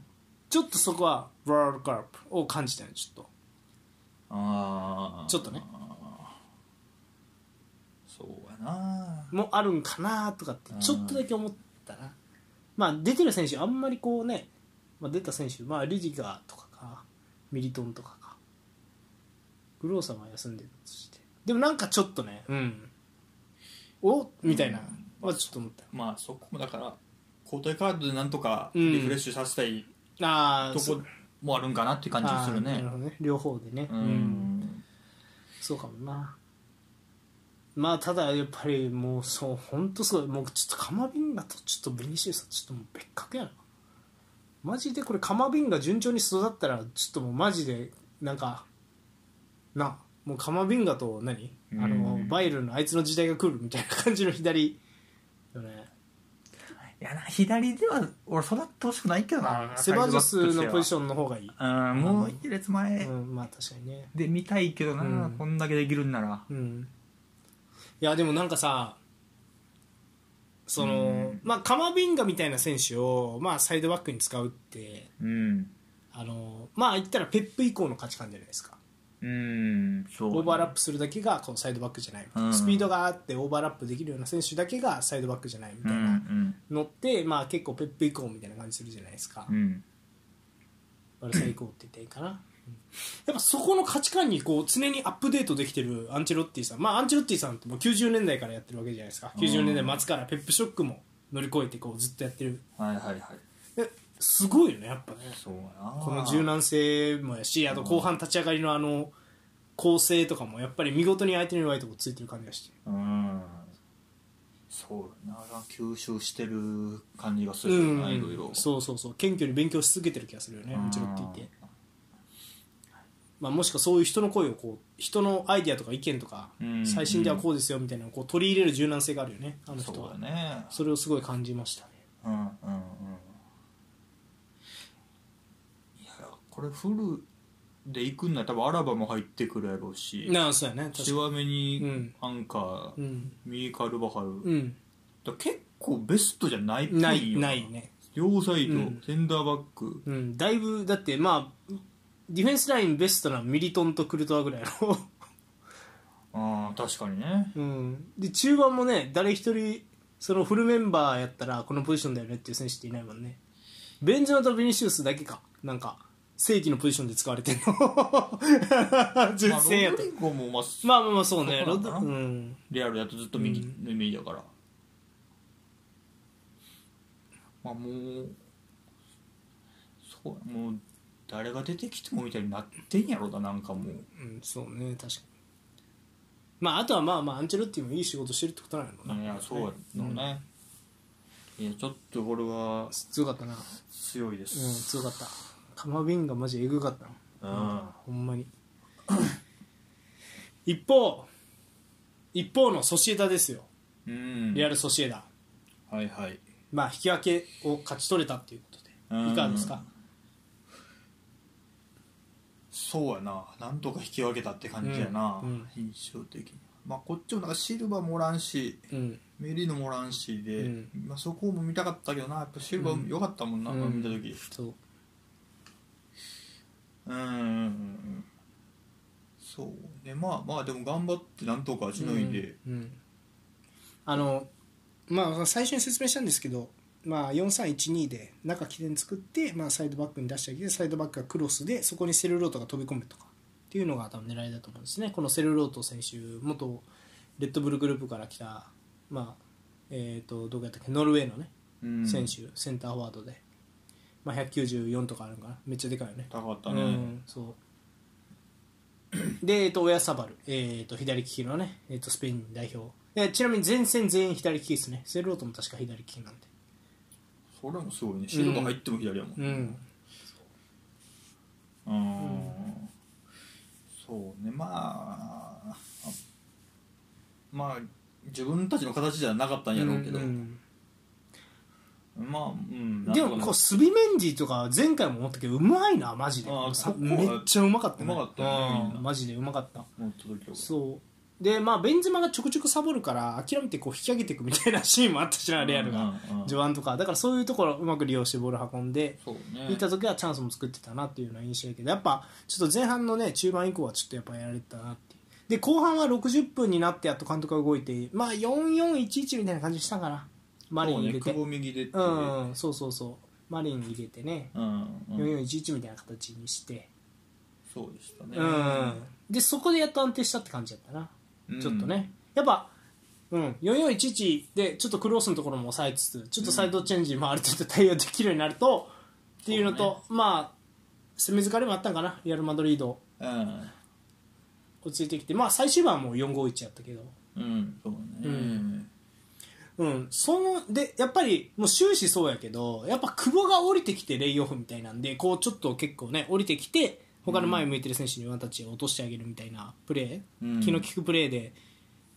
Speaker 1: ちょっとそこはワールドカップを感じたよちょっと
Speaker 2: ああ
Speaker 1: ちょっとね
Speaker 2: そうやな
Speaker 1: もあるんかなとかって
Speaker 2: うん
Speaker 1: ちょっとだけ思ったな、まあ出てる選手あんまりこうね、まあ、出た選手まあリジガーとかかミリトンとかかグローさんは休んでるとしてでもなんかちょっとねうんおみたいな、
Speaker 2: うん
Speaker 1: まあちょっと思った
Speaker 2: まあそこもだから交代カードでなんとかリフレッシュさせたい
Speaker 1: ああ
Speaker 2: とこもあるんかなっていう感じがする
Speaker 1: な
Speaker 2: ね
Speaker 1: るほどね両方でね
Speaker 2: うん、
Speaker 1: そうかもなまあただやっぱりもうそう本当そうもうちょっとカマビンガとちょっとベニシウスはちょっともう別格やなマジでこれカマビンガ順調に育ったらちょっともうマジでなんかなもうカマビンガと何あの
Speaker 2: うん
Speaker 1: バイエルンのあいつの時代が来るみたいな感じの左よね
Speaker 2: いやな左では俺育ってほしくないけどな
Speaker 1: セバジョスのポジシ
Speaker 2: ョン
Speaker 1: ョンの方がいい、
Speaker 2: うんもう一列前、
Speaker 1: うん、まあ確かにね
Speaker 2: で見たいけどな、
Speaker 1: うん
Speaker 2: こんだけできるんなら
Speaker 1: うんいやでもなんかさその、
Speaker 2: うん
Speaker 1: まあカマビンガみたいな選手を、まあ、サイドバックに使うって
Speaker 2: うん
Speaker 1: あのまあ言ったらペップ以降の価値観じゃないですか
Speaker 2: うんそう
Speaker 1: オーバーラップするだけがこのサイドバックじゃないみたいな、
Speaker 2: うん
Speaker 1: スピードがあってオーバーラップできるような選手だけがサイドバックじゃないみたいなのって、まあ、結構ペップ以降みたいな感じするじゃないですか、
Speaker 2: うんうん
Speaker 1: バルサ以降って言っていいかな、うんやっぱそこの価値観にこう常にアップデートできてるアンチェロッティさんまあアンチェロッティさんってもう90年代からやってるわけじゃないですか90年代末からペップショックも乗り越えてこうずっとやってる
Speaker 2: はいはいはい
Speaker 1: ですごいよねやっぱね
Speaker 2: そうやな
Speaker 1: この柔軟性もやしあと後半立ち上がりのあの構成とかもやっぱり見事に相手の弱いとこついてる感じがして
Speaker 2: うんそうやな吸収してる感じがす
Speaker 1: う
Speaker 2: るよ
Speaker 1: ん
Speaker 2: な、いろいろ
Speaker 1: そうそうそう謙虚に勉強し続けてる気がするよねアンチェロッティって、まあ、もしくはそういう人の声をこう人のアイディアとか意見とか、
Speaker 2: うん
Speaker 1: 最新ではこうですよみたいなのをこう取り入れる柔軟性があるよねあの
Speaker 2: そ
Speaker 1: 人
Speaker 2: う
Speaker 1: は
Speaker 2: だね
Speaker 1: それをすごい感じましたね
Speaker 2: うんうんうんいやこれフルで行くんなら多分アラバも入ってくるやろうし
Speaker 1: なあそうやね確かに
Speaker 2: 極め
Speaker 1: う
Speaker 2: に
Speaker 1: ん
Speaker 2: アンカー、
Speaker 1: うん
Speaker 2: ミーカルバハル、だか
Speaker 1: うん
Speaker 2: ら結構ベストじゃないっぽいよ
Speaker 1: ないないね
Speaker 2: 両サイド、
Speaker 1: うん
Speaker 2: センダーバック
Speaker 1: うんだいぶだってまあディフェンスラインベストなミリトンとクルトワぐらいの
Speaker 2: ああ確かにね
Speaker 1: うんで中盤もね誰一人そのフルメンバーやったらこのポジションだよねっていう選手っていないもんねベンゼマとベニシウスだけかなんか正規のポジションで使われてんの 純正や
Speaker 2: ま
Speaker 1: と
Speaker 2: あ、ロドリゴもまあ
Speaker 1: まあまあまあそうね
Speaker 2: そ
Speaker 1: ロ
Speaker 2: うな
Speaker 1: ド
Speaker 2: のかな
Speaker 1: うん
Speaker 2: レアルだとずっと右のイメージだから、まあもうそうもう誰が出てきてもみたいになってんやろだなんかもう
Speaker 1: うんそうね確かにまああとはまあまあアンチェロッティもいい仕事してるってことなのかない
Speaker 2: やそうやのね、いやちょっとこれは
Speaker 1: 強かったなうん
Speaker 2: 強いです、
Speaker 1: 強かったカマビンがマジエグかったなほ
Speaker 2: うん
Speaker 1: ん まに一方一方のソシエダですよ
Speaker 2: うん
Speaker 1: リアルソシエダ、
Speaker 2: はいはい
Speaker 1: まあ引き分けを勝ち取れたということ
Speaker 2: うん
Speaker 1: でいかがですか
Speaker 2: そうやななんとか引き分けたって感じやな、
Speaker 1: うんうん
Speaker 2: 印象的にまあこっちもなんかシルバーもおらんし
Speaker 1: うん
Speaker 2: メリーノもおらんしで、
Speaker 1: うん
Speaker 2: まあ、そこも見たかったけどなやっぱシルバー良かったもんな、
Speaker 1: うん
Speaker 2: まあ見た時
Speaker 1: そう
Speaker 2: うんうんうんうんそうねまあまあでも頑張ってなんとかしのいで
Speaker 1: うんうんあのまあ最初に説明したんですけど、まあ、4312で中起点作って、まあ、サイドバックに出してあげてサイドバックがクロスでそこにセルロートが飛び込むとかっていうのが多分狙いだと思うんですねこのセルロート選手元レッドブルグループから来た、まあえー、とどこやったっけノルウェーのね
Speaker 2: うん
Speaker 1: 選手、センターフォワードで、まあ、194とかあるのかなめっちゃでかいよね
Speaker 2: 高かった
Speaker 1: う
Speaker 2: ね
Speaker 1: ん、そう で、えっと、親サバル、えっと左利きのね、えっとスペイン代表えちなみに前線全員左利きですねセルロートも確か左利きなんで
Speaker 2: それもすごいねシルバー入っても左やもん
Speaker 1: うん
Speaker 2: うんそうねまあまあ自分たちの形ではなかったんやろうけど、
Speaker 1: うん
Speaker 2: まあうん
Speaker 1: でもこうスビメンディとか前回も思ったけどうまいなマジで
Speaker 2: ああ
Speaker 1: さ
Speaker 2: ここ
Speaker 1: めっちゃうまかったね
Speaker 2: うまかったねみん
Speaker 1: う
Speaker 2: な
Speaker 1: んマジでうまかった
Speaker 2: もっと時を
Speaker 1: そうでまあベンゼマがちょくちょくサボるから諦めてこう引き上げていくみたいなシーンもあったしなレアルが
Speaker 2: うんうんうん
Speaker 1: 序盤とかだからそういうところをうまく利用してボール運んで
Speaker 2: そうね
Speaker 1: いった時はチャンスも作ってたなっていうような印象やけどやっぱちょっと前半のね中盤以降はちょっとやっぱやられてたなっていうで後半は60分になってやっと監督が動いてまあ4411みたいな感じしたかなマリン入れ
Speaker 2: そ
Speaker 1: て
Speaker 2: うね、久保右でって
Speaker 1: う、ん、そうそうそうマリン入れてね
Speaker 2: うんうん、
Speaker 1: 4411みたいな形にして
Speaker 2: そうでしたね、
Speaker 1: うんでそこでやっと安定したって感じだったな
Speaker 2: うん
Speaker 1: ちょっとね、やっぱ、うん、4411でちょっとクロスのところも抑えつつちょっとサイドチェンジもある程度対応できるようになると、っていうのとまあ攻め疲れもあったんかなリアル・マドリード
Speaker 2: うん
Speaker 1: 落ち着いてきてまあ最終盤はもう451やったけど
Speaker 2: うんそうね、
Speaker 1: うんうんそのでやっぱりもう終始そうやけどやっぱ久保が降りてきてレイオフみたいなんでこうちょっと結構ね降りてきて他の前向いてる選手にワンタッチを落としてあげるみたいなプレー、
Speaker 2: うん
Speaker 1: 気の利くプレーで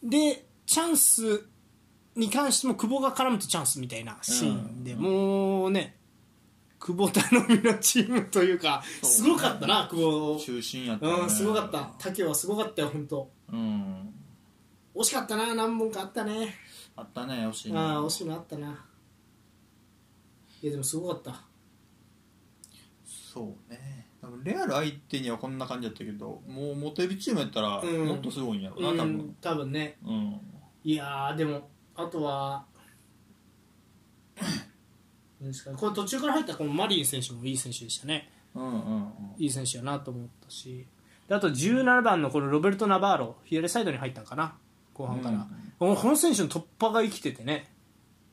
Speaker 1: でチャンスに関しても久保が絡むとチャンスみたいなシーンで、
Speaker 2: うん
Speaker 1: もうね久保頼みのチームというか
Speaker 2: そう
Speaker 1: すごかったな久保
Speaker 2: 中心やった、ね、
Speaker 1: うんすごかった竹はすごかったよ本当
Speaker 2: うん
Speaker 1: 惜しかったな何本かあったね
Speaker 2: あったね惜しいね
Speaker 1: ああ惜しいのあったないやでもすごかった
Speaker 2: そうね多分レアル相手にはこんな感じやったけどもうモテビチームやったら
Speaker 1: うん
Speaker 2: もっとすごいんやろな、
Speaker 1: う
Speaker 2: 多
Speaker 1: ん
Speaker 2: 分
Speaker 1: 多分ね
Speaker 2: うん
Speaker 1: いやーでもあとは 何ですかこれ途中から入ったこのマリン選手もいい選手でしたね
Speaker 2: うんうん
Speaker 1: いい選手やなと思ったしであと17番のこのロベルト・ナバーロ左サイドに入ったんかな後半から、このこの選手の突破が生きててね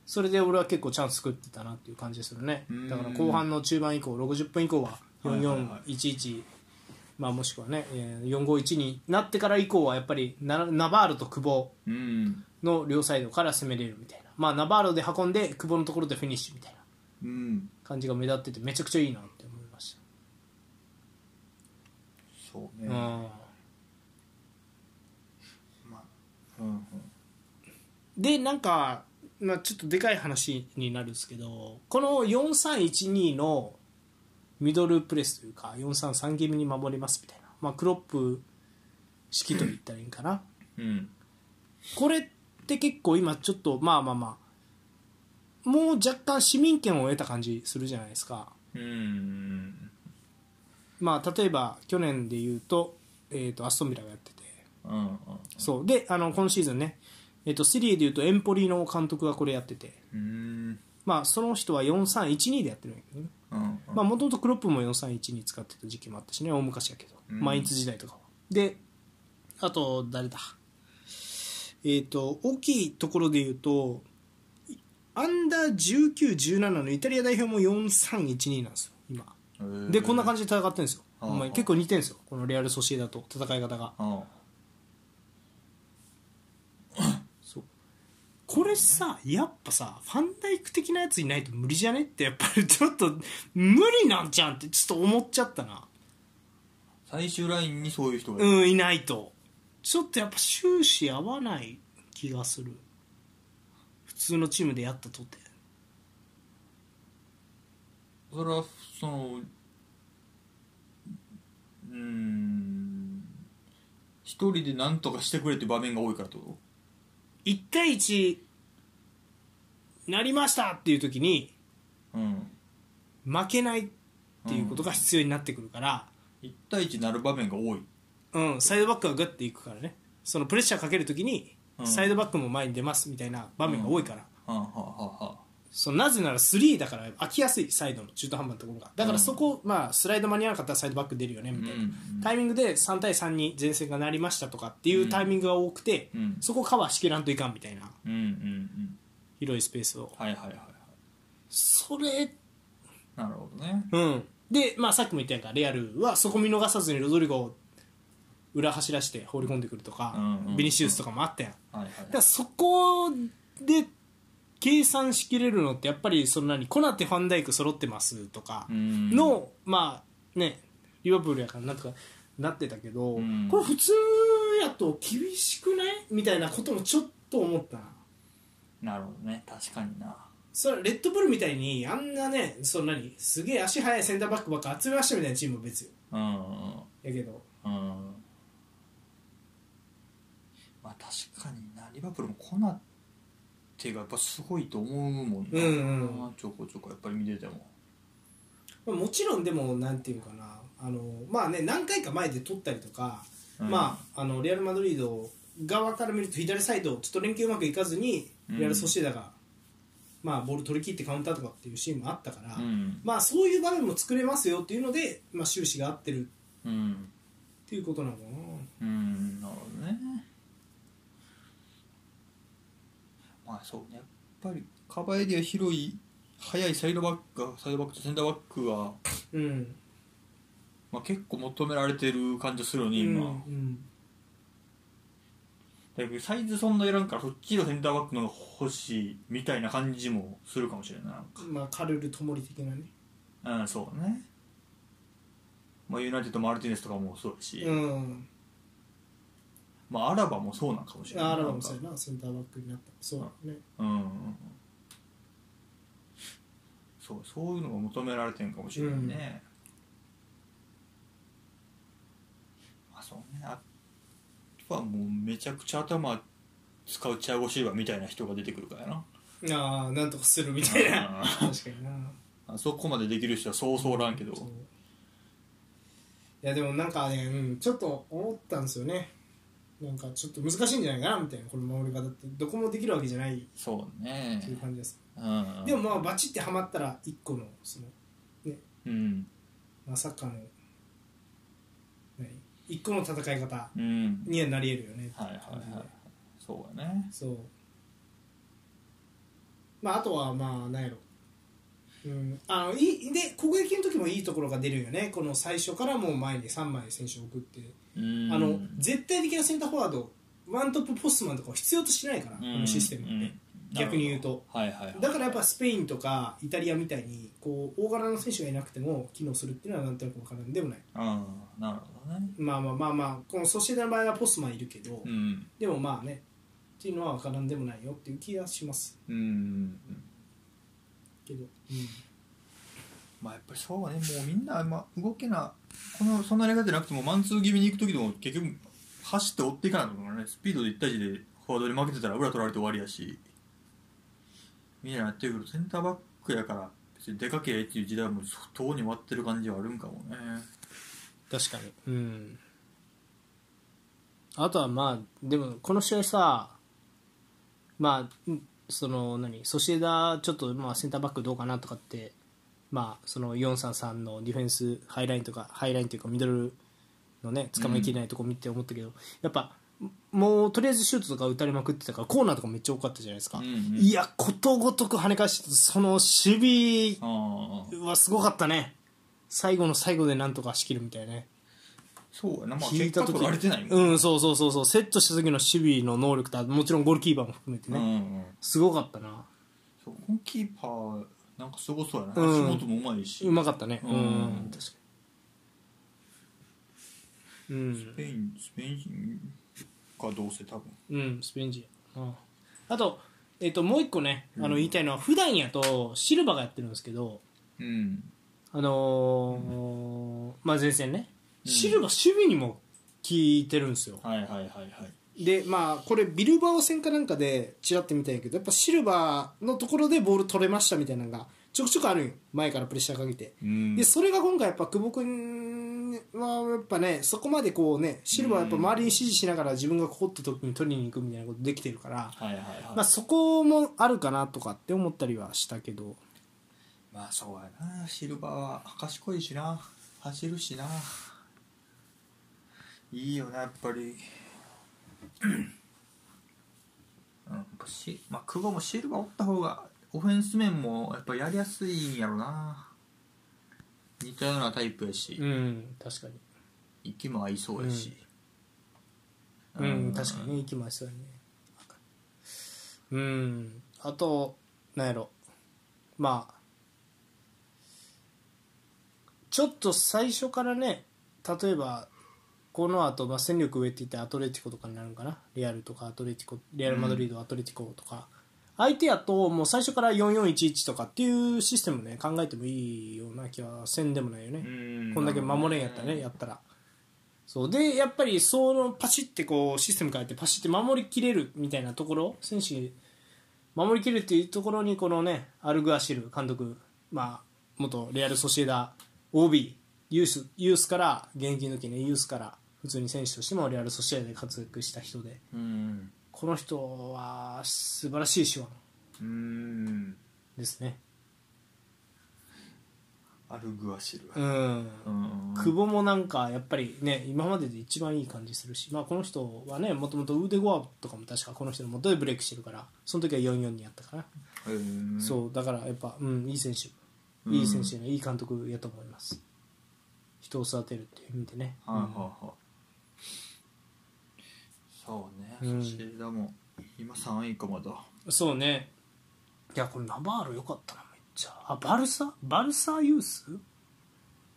Speaker 1: それで俺は結構チャンス作ってたなっていう感じでするね
Speaker 2: うん
Speaker 1: だから後半の中盤以降60分以降は
Speaker 2: はいはいは
Speaker 1: 4411まあもしくはねえー451になってから以降はやっぱりナナバーロと久保
Speaker 2: うんうん
Speaker 1: の両サイドから攻めれるみたいなまあナバーロで運んで久保のところでフィニッシュみたいな
Speaker 2: うん
Speaker 1: 感じが目立っててめちゃくちゃいいなって思いました
Speaker 2: そうね、
Speaker 1: うん
Speaker 2: まあうんうん
Speaker 1: でなんか、まあ、ちょっとでかい話になるんですけどこの4312のミドルプレスというか433気味に守りますみたいな、まあ、クロップ式と言ったらいいんかな
Speaker 2: うん
Speaker 1: これって結構今ちょっとまあまあまあもう若干市民権を得た感じするじゃないですか
Speaker 2: うん
Speaker 1: まあ例えば去年で言うと,、えー、とアストンビラがやってて
Speaker 2: うんうん
Speaker 1: そうであの今シーズンね、えー、とセリエで言うとエンポリの監督がこれやってて
Speaker 2: うん
Speaker 1: まあ、その人は4312でやってるんやけどね
Speaker 2: うん
Speaker 1: まあもともとクロップも4312使ってた時期もあったしね大昔やけど、
Speaker 2: うん
Speaker 1: マインツ時代とかはであと誰だえっ、と大きいところで言うといアンダー1917のイタリア代表も4312なんですよ今
Speaker 2: うん
Speaker 1: でこんな感じで戦ってるんですよ、
Speaker 2: ああ
Speaker 1: ほんまに結構似てるんですよこのレアル・ソシエダと戦い方が
Speaker 2: あ
Speaker 1: そうこれさやっぱさファンダイク的なやついないと無理じゃねってやっぱりちょっと無理なんじゃんってちょっと思っちゃったな
Speaker 2: 最終ラインにそういう人がいる、
Speaker 1: うんいないとちょっとやっぱ終始合わない気がする普通のチームでやったとて
Speaker 2: それはそのうん一人で何とかしてくれって場面が多いからってこ
Speaker 1: 1対1なりましたっていう時に
Speaker 2: とうん
Speaker 1: 負けないっていうことが必要になってくるから、
Speaker 2: 1対1になる場面が多い
Speaker 1: うん、サイドバックがグッていくからねそのプレッシャーかけるときに
Speaker 2: うん
Speaker 1: サイドバックも前に出ますみたいな場面が多いから、
Speaker 2: はあ、はあはあは
Speaker 1: そのなぜなら3だから空きやすいサイドの中途半端なところがだか
Speaker 2: う
Speaker 1: ら
Speaker 2: ん
Speaker 1: そこ、まあ、スライド間に合わなかったらサイドバック出るよねみたいな、タイミングで3対3に前線がなりましたとかっていうタイミングが多くて、
Speaker 2: うん
Speaker 1: そこカバーしきらんといかんみたいな
Speaker 2: うんうんうん
Speaker 1: 広いスペースを
Speaker 2: はいはいはいはい
Speaker 1: それ
Speaker 2: なるほどね
Speaker 1: うんで、まあ、さっきも言ったやんかレアルはそこ見逃さずにロドリゴを裏走らして放り込んでくるとか、
Speaker 2: うんうん
Speaker 1: ビニシウスとかもあったやん
Speaker 2: は
Speaker 1: だか
Speaker 2: いは
Speaker 1: らそこで計算しきれるのってやっぱりそんなにコナテファンダイク揃ってますとか
Speaker 2: いうん
Speaker 1: の、まあねリバプールやからなんとかなってたけど、
Speaker 2: うん
Speaker 1: これ普通やと厳しくないみたいなこともちょっと思ったな
Speaker 2: なるほどね確かにな
Speaker 1: それレッドブルみたいにあんなねその何すげえ足速いセンターバックばっか集めましたみたいなチームは別よ
Speaker 2: うん
Speaker 1: やけど
Speaker 2: うんうんまあ確かになリバプールもコナテがやっぱすごいと思うもんな、
Speaker 1: うんう
Speaker 2: ちょこちょこやっぱり見てても
Speaker 1: まあもちろんでもなんていうかなあのまあね何回か前で取ったりとか、まああのレアル・マドリード側から見ると左サイドちょっと連携うまくいかずに
Speaker 2: うん
Speaker 1: レアル・ソシエダが、まあ、ボール取り切ってカウンターとかっていうシーンもあったから、
Speaker 2: うん
Speaker 1: まあそういう場面も作れますよっていうので、まあ、終始が合ってる
Speaker 2: うん
Speaker 1: っていうことなのかな
Speaker 2: うんなるほどねまあそうねやっぱりカバエリア広い速いサイドバックがサイドバックとセンターバックは、
Speaker 1: うん
Speaker 2: まあ、結構求められてる感じするよね今、
Speaker 1: うん
Speaker 2: だけどサイズそんなやらんからそっちのセンターバックの方が欲しいみたいな感じもするかもしれないなん
Speaker 1: うんまあカルル・トモリ的なね
Speaker 2: かうんそうねまあユナイテッドマルティネスとかもそうだし、
Speaker 1: うん
Speaker 2: まあアラバもそうなんかもしれない
Speaker 1: あアラバも
Speaker 2: な
Speaker 1: そ
Speaker 2: ん
Speaker 1: う
Speaker 2: か
Speaker 1: やなセンターバックになったそうだね
Speaker 2: うんうんうんそうそういうのが求められてんかもしれないね、まあそうねあとはもうめちゃくちゃ頭使うチャーゴシーバーみたいな人が出てくるからやな
Speaker 1: ああなんとかするみ たいな
Speaker 2: うん
Speaker 1: 確かにな
Speaker 2: あそこまでできる人はそうそうおらんけど
Speaker 1: そういやでもなんかね、うん、ちょっと思ったんですよねなんかちょっと難しいんじゃないかなみたいなこの守り方ってどこもできるわけじゃないっ
Speaker 2: そうね
Speaker 1: ていう感じです、
Speaker 2: うん
Speaker 1: でもまあバチってはまったら一個のその、
Speaker 2: うん
Speaker 1: まあ、サッカーの何一個の戦い方
Speaker 2: うん
Speaker 1: にはなり得るよね
Speaker 2: はいはいはいそうだね
Speaker 1: そうまああとはまあ何やろうん、あのいいで攻撃の時もいいところが出るよねこの最初からもう前に3枚選手を送って
Speaker 2: うん
Speaker 1: あの絶対的なセンターフォワードワントップポストマンとかを必要としないから、このシステムって、
Speaker 2: うんうん
Speaker 1: 逆に言うと
Speaker 2: はいはいはい
Speaker 1: だからやっぱスペインとかイタリアみたいにこう大柄の選手がいなくても機能するっていうのはなんとなく分からんでもない
Speaker 2: うんなるほどね
Speaker 1: まあまあまあまあこのソシエダの場合はポストマンいるけど、
Speaker 2: うん
Speaker 1: でもまあねっていうのは分からんでもないよっていう気がします
Speaker 2: うんうん
Speaker 1: けど、
Speaker 2: まあやっぱりそうねもうみんな、まあ、動けなこのそんなやり方じゃなくてもマンツー気味に行く時でも結局走って追っていかないと思うからねスピードで1対1でフォワードに負けてたら裏取られて終わりやしみたいなやってくるとセンターバックやから別に出かけやっていう時代もとうに終わってる感じはあるんかもね
Speaker 1: 確かにうんあとはまあでもこの試合さまあうんその何ソシエダちょっとまあセンターバックどうかなとかってまあその433のディフェンスハイラインとかハイラインというかミドルのね捕まえきれないとこ見て思ったけど、やっぱもうとりあえずシュートとか打たれまくってたからコーナーとかめっちゃ多かったじゃないですか、
Speaker 2: うんうん
Speaker 1: いやことごとく跳ね返してその守備
Speaker 2: ああ
Speaker 1: はすごかったね最後の最後でなんとか仕切るみたいなね
Speaker 2: そうやなまあ
Speaker 1: 引いた
Speaker 2: 結果
Speaker 1: 時
Speaker 2: 取られてないもん、
Speaker 1: うんそうそうそうそうセットした時の守備の能力ともちろんゴールキーパーも含めて
Speaker 2: う
Speaker 1: ね、
Speaker 2: んうん
Speaker 1: すごかったな
Speaker 2: そうゴールキーパーなんかすごそうやな足
Speaker 1: うん
Speaker 2: 元もうまいし、
Speaker 1: うまかったねう
Speaker 2: うんん、
Speaker 1: 確かにうん
Speaker 2: スペインスペイン人かどうせ多分
Speaker 1: うんスペイン人ああと,、えっともう一個ねあの言いたいのは普段やとシルバがやってるんですけど
Speaker 2: うん
Speaker 1: あのーまあ前線ね
Speaker 2: うん
Speaker 1: シルバ守備にも効いてるんですよ、
Speaker 2: はいはいはいはい
Speaker 1: でまあこれビルバオ戦かなんかでちらって見たんやけどやっぱシルバーのところでボール取れましたみたいなのがちょくちょくあるんよ前からプレッシャーかけて、
Speaker 2: うん
Speaker 1: でそれが今回やっぱ久保君はやっぱねそこまでこうねシルバーはやっぱ周りに指示しながら自分がここって時に取りに行くみたいなことできてるから、
Speaker 2: はいはいはい
Speaker 1: まあ、そこもあるかなとかって思ったりはしたけど
Speaker 2: まあそうやなシルバーは賢いしな走るしないいよなやっぱり うんやっぱしまあ久保もシルバーおった方がオフェンス面もやっぱやりやすいんやろな似たようなタイプやし、
Speaker 1: うん確かに
Speaker 2: 息も合いそうやし、
Speaker 1: うん、確かにね行きましたねうんあとなんやろまあちょっと最初からね例えばこの後、まあ、戦力上って言ってアトレティコとかになるのかなリアルとかアトレティコリアル・マドリード、アトレティコとか相手やともう最初から4411とかっていうシステムね考えてもいいような気はせんでもないよね、こんだけ守れんやったらね、やったら。そうでやっぱりそのパシってこうシステム変えてパシって守りきれるみたいなところ選手守りきるっていうところにこのねアルグアシル監督、まあ、元レアル・ソシエダ OB ユースユースから現役の時ねユースから普通に選手としてもレアル・ソシエダで活躍した人で
Speaker 2: うん
Speaker 1: この人は素晴らしい手腕
Speaker 2: うん
Speaker 1: ですね
Speaker 2: アルグアシル
Speaker 1: うん
Speaker 2: うん
Speaker 1: 久保もなんかやっぱりね今までで一番いい感じするし、まあ、この人はねもともとウーデゴアとかも確かこの人の元でブレイクしてるからその時は44にやったから、
Speaker 2: うん
Speaker 1: そうだからやっぱ、うん、いい選手
Speaker 2: うん
Speaker 1: いい選手のいい監督やと思います人を育てるっていう意味でね、
Speaker 2: はいはいはいそうね
Speaker 1: うん
Speaker 2: ソシエダも今3位以下まだ
Speaker 1: うんそうねいやこれナバーロ良かったなめっちゃあバルサバルサユース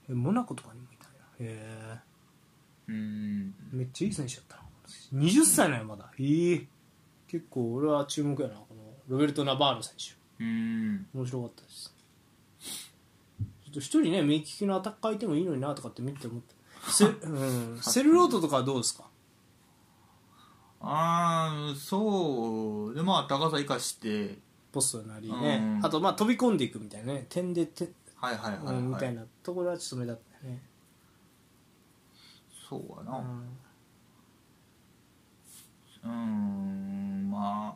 Speaker 1: えモナコとかにもいたねへ
Speaker 2: うん
Speaker 1: えめっちゃいい選手だったな20歳なんやまだええ結構俺は注目やなこのロベルト・ナバーロ選手
Speaker 2: うん
Speaker 1: 面白かったですちょっと一人ね右利きのアタッカーいてもいいのになとかって見てて思ってセ,、うん、セルロートとかはどうですか
Speaker 2: ああそうでまあ高さ生かして
Speaker 1: ポストなりね、
Speaker 2: うん
Speaker 1: あとまあ飛び込んでいくみたいなね点でて、
Speaker 2: はいはいはい、
Speaker 1: う
Speaker 2: はい
Speaker 1: んみたいなところはちょっと目立ったよね、
Speaker 2: そうや
Speaker 1: う
Speaker 2: な、
Speaker 1: ん
Speaker 2: うーんまあ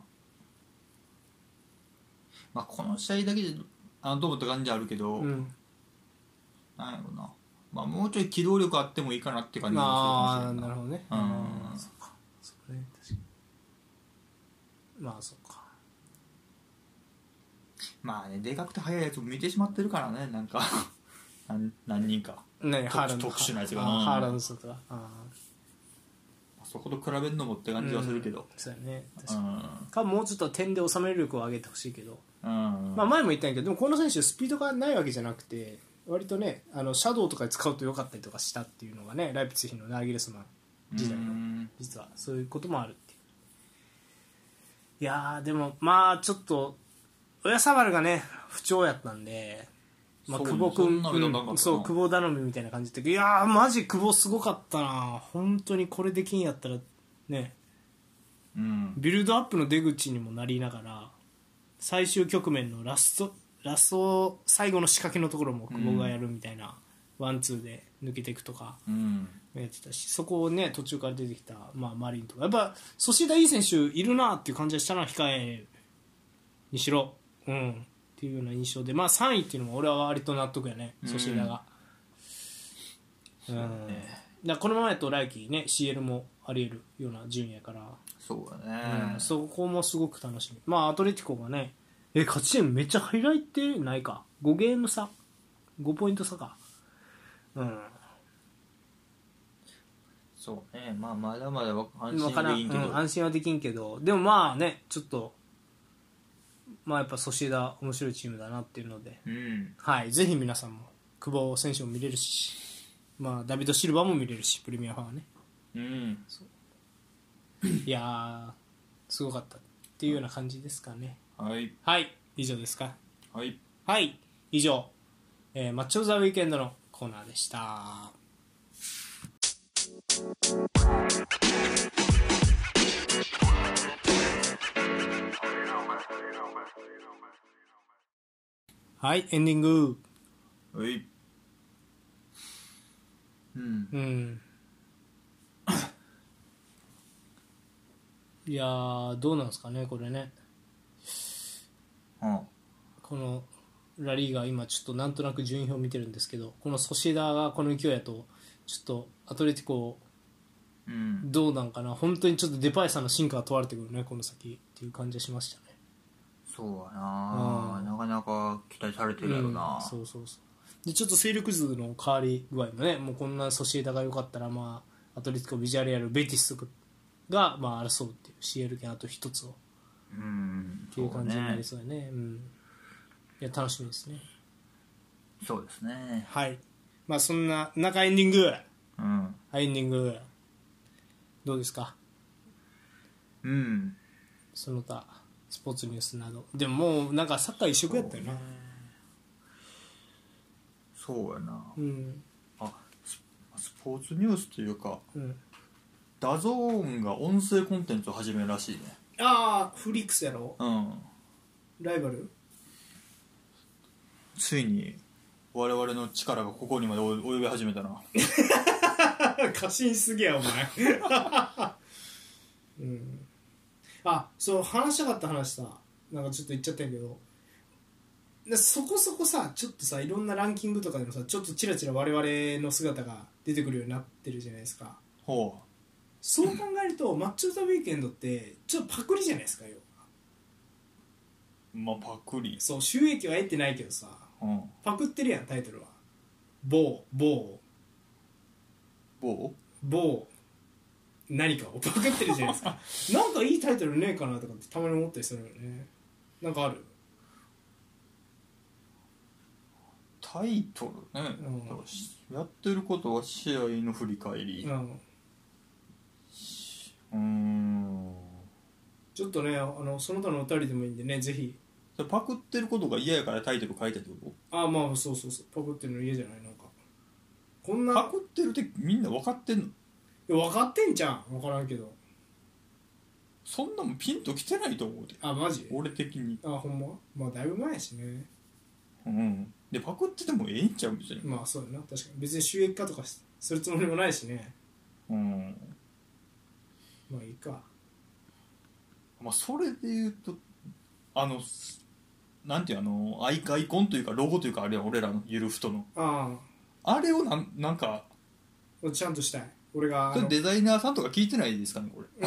Speaker 2: まあこの試合だけであどうもって感じあるけど、
Speaker 1: うん
Speaker 2: なんやろな、まあ、もうちょい機動力あってもいいかなって感じ
Speaker 1: ああ
Speaker 2: もするかもしれん
Speaker 1: なるほどね
Speaker 2: うん
Speaker 1: そっかそうね確かにまあそっか
Speaker 2: まあねでかくて速いやつも見てしまってるからねなん か何何人か
Speaker 1: 何ハーランド
Speaker 2: 特殊なやつが
Speaker 1: あ
Speaker 2: うん
Speaker 1: ーハーランドとかあー
Speaker 2: そこと比べるのもって感じはするけど
Speaker 1: そうやね確
Speaker 2: う
Speaker 1: かに
Speaker 2: ん
Speaker 1: かもうちょっと点で収める力を上げてほしいけど
Speaker 2: うん
Speaker 1: まあ、前も言ったんやけどでもこの選手スピードがないわけじゃなくて割とねあのシャドウとかで使うと良かったりとかしたっていうのがねライプツィヒのナーギレスマン時代の
Speaker 2: うん
Speaker 1: 実はそういうこともあるっていういやーでもまあちょっと親サバルがね不調やったんで、まあ、
Speaker 2: そう
Speaker 1: 久保君
Speaker 2: そんな目立たなかったな
Speaker 1: うんそう久保頼みみたいな感じだったけどいやーマジ久保すごかったな本当にこれできんやったらね
Speaker 2: うん
Speaker 1: ビルドアップの出口にもなりながら最終局面のラストラスト最後の仕掛けのところも久保がやるみたいな、ワンツーで抜けていくとか
Speaker 2: うん
Speaker 1: やってたしそこをね途中から出てきた、まあ、マリンとかやっぱソシエダいい選手いるなっていう感じはしたな控えにしろ、うん、っていうような印象で、まあ、3位っていうのも俺は割と納得やねソシエダが。うんだからこのままやと来季ね CL もあり得るような順位やから
Speaker 2: そうだね、
Speaker 1: そこもすごく楽しみまあアトレティコがねえ勝ち点めっちゃハイライトないか5ゲーム差5ポイント差かうん
Speaker 2: そうねまあまだまだわ安
Speaker 1: わ
Speaker 2: 心
Speaker 1: から
Speaker 2: で
Speaker 1: ん、
Speaker 2: きんけど、
Speaker 1: うん安心はできんけどでもまあねちょっとまあやっぱソシエダ面白いチームだなっていうので
Speaker 2: うん
Speaker 1: はいぜひ皆さんも久保選手も見れるしまあダビド・シルバーも見れるしプレミアファンはね
Speaker 2: うん
Speaker 1: いやーすごかったっていうような感じですかね
Speaker 2: はい
Speaker 1: はい以上ですか
Speaker 2: はい
Speaker 1: はい、以上、えーマッチョ・ザ・ウィーケンドのコーナーでした。はい、エンディング。
Speaker 2: はいうん
Speaker 1: うん。 いやー、どうなんですかね、これね。
Speaker 2: あ
Speaker 1: このラリーが今ちょっとなんとなく順位表見てるんですけどこのソシエダがこの勢いだとちょっとアトレティコ
Speaker 2: うん
Speaker 1: どうなんかな本当にちょっとデパイさんの進化が問われてくるねこの先っていう感じはしましたね
Speaker 2: そうやな、
Speaker 1: うん
Speaker 2: なかなか期待されてるやろな、
Speaker 1: うんそうそうそうでちょっと勢力図の変わり具合もねもうこんなソシエダが良かったらまあアトレティコビジャレアルベティスとかがまあ争うっていう CL 権あと一つを
Speaker 2: うん
Speaker 1: っていう感じになり
Speaker 2: そ
Speaker 1: そうだねうんいや楽しみですね
Speaker 2: うねそうですね
Speaker 1: はいまあそんな中エンディング
Speaker 2: うん
Speaker 1: はいエンディングどうですか
Speaker 2: うん
Speaker 1: その他スポーツニュースなどでももうなんかサッカー一色やったよな
Speaker 2: そうやな
Speaker 1: うん
Speaker 2: あススポーツニュースというか
Speaker 1: うん
Speaker 2: ダゾーンが音声コンテンツを始めるらしいね
Speaker 1: ああフリックスやろ
Speaker 2: うん
Speaker 1: ライバル
Speaker 2: ついに我々の力がここにまで及及び始めたな
Speaker 1: 過信しすぎやお前 うんあそう話したかった話さなんかちょっと言っちゃったんやけどでそこそこさちょっとさいろんなランキングとかでもさちょっとちらちら我々の姿が出てくるようになってるじゃないですか
Speaker 2: ほ
Speaker 1: そう考えると、マッチョ・ザ・ウィークエンドってちょっとパクリじゃないですかよ
Speaker 2: うまあパクリ
Speaker 1: そう収益は得てないけどさ
Speaker 2: うん
Speaker 1: パクってるやんタイトルは某某
Speaker 2: 某
Speaker 1: 某何かをパクってるじゃない ですかなんかいいタイトルねえかなとかってたまに思ったりするよねなんかある
Speaker 2: タイトルね、
Speaker 1: うん
Speaker 2: だからしやってることは試合の振り返り
Speaker 1: うん
Speaker 2: うーん
Speaker 1: ちょっとねあのその他のお二人でもいいんでねぜひ
Speaker 2: それパクってることが嫌やからタイトル書いたってこ
Speaker 1: あまあそうそうそうパクってるの家じゃないなんかこんな
Speaker 2: とパクってるってみんな分かってんの
Speaker 1: いや分かってんじゃん分からんけど
Speaker 2: そんなもんピンときてないと思うで
Speaker 1: あマジ
Speaker 2: 俺的に
Speaker 1: あほんままあだいぶ前やしね
Speaker 2: うんでパクっててもええんちゃう別に
Speaker 1: まあそうやな確かに別に収益化とかしするつもりもないしね
Speaker 2: うん
Speaker 1: まあいいか
Speaker 2: まあそれで言うとあのすなんていうあのアイアイコンというかロゴというかあれは俺らのゆるふとの
Speaker 1: あ
Speaker 2: あれをなんなんか
Speaker 1: あちゃんとしたい俺があ
Speaker 2: それ
Speaker 1: の
Speaker 2: デザイナーさんとか聞いてないですかねこ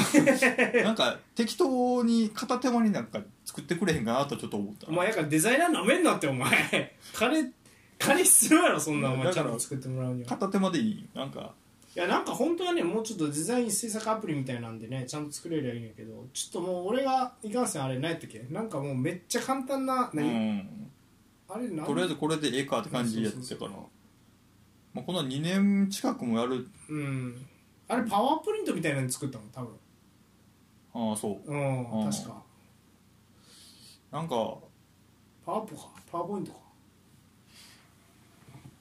Speaker 2: れなんか適当に片手間になんか作ってくれへんかなとちょっと思った
Speaker 1: お前やからデザイナーなめんなってお前 金金必要やろそんなお
Speaker 2: だ
Speaker 1: 前ち
Speaker 2: か
Speaker 1: ゃ
Speaker 2: ら
Speaker 1: んと作ってもらうには
Speaker 2: 片手間でいいなんか
Speaker 1: いやなんか本当はねもうちょっとデザイン制作アプリみたいなんでねちゃんと作れりゃいいんやけどちょっともう俺がいかんせんあれないやったっけなんかもうめっちゃ簡単な
Speaker 2: う
Speaker 1: 何、
Speaker 2: ん
Speaker 1: あれなん
Speaker 2: とりあえずこれでええかって感じやってたからまあこの2年近くもやる
Speaker 1: うんあれパワープリントみたいなの作ったもん多分
Speaker 2: ああそう
Speaker 1: うん、
Speaker 2: うん
Speaker 1: 確か
Speaker 2: なんか
Speaker 1: パワーポかパワーポイントか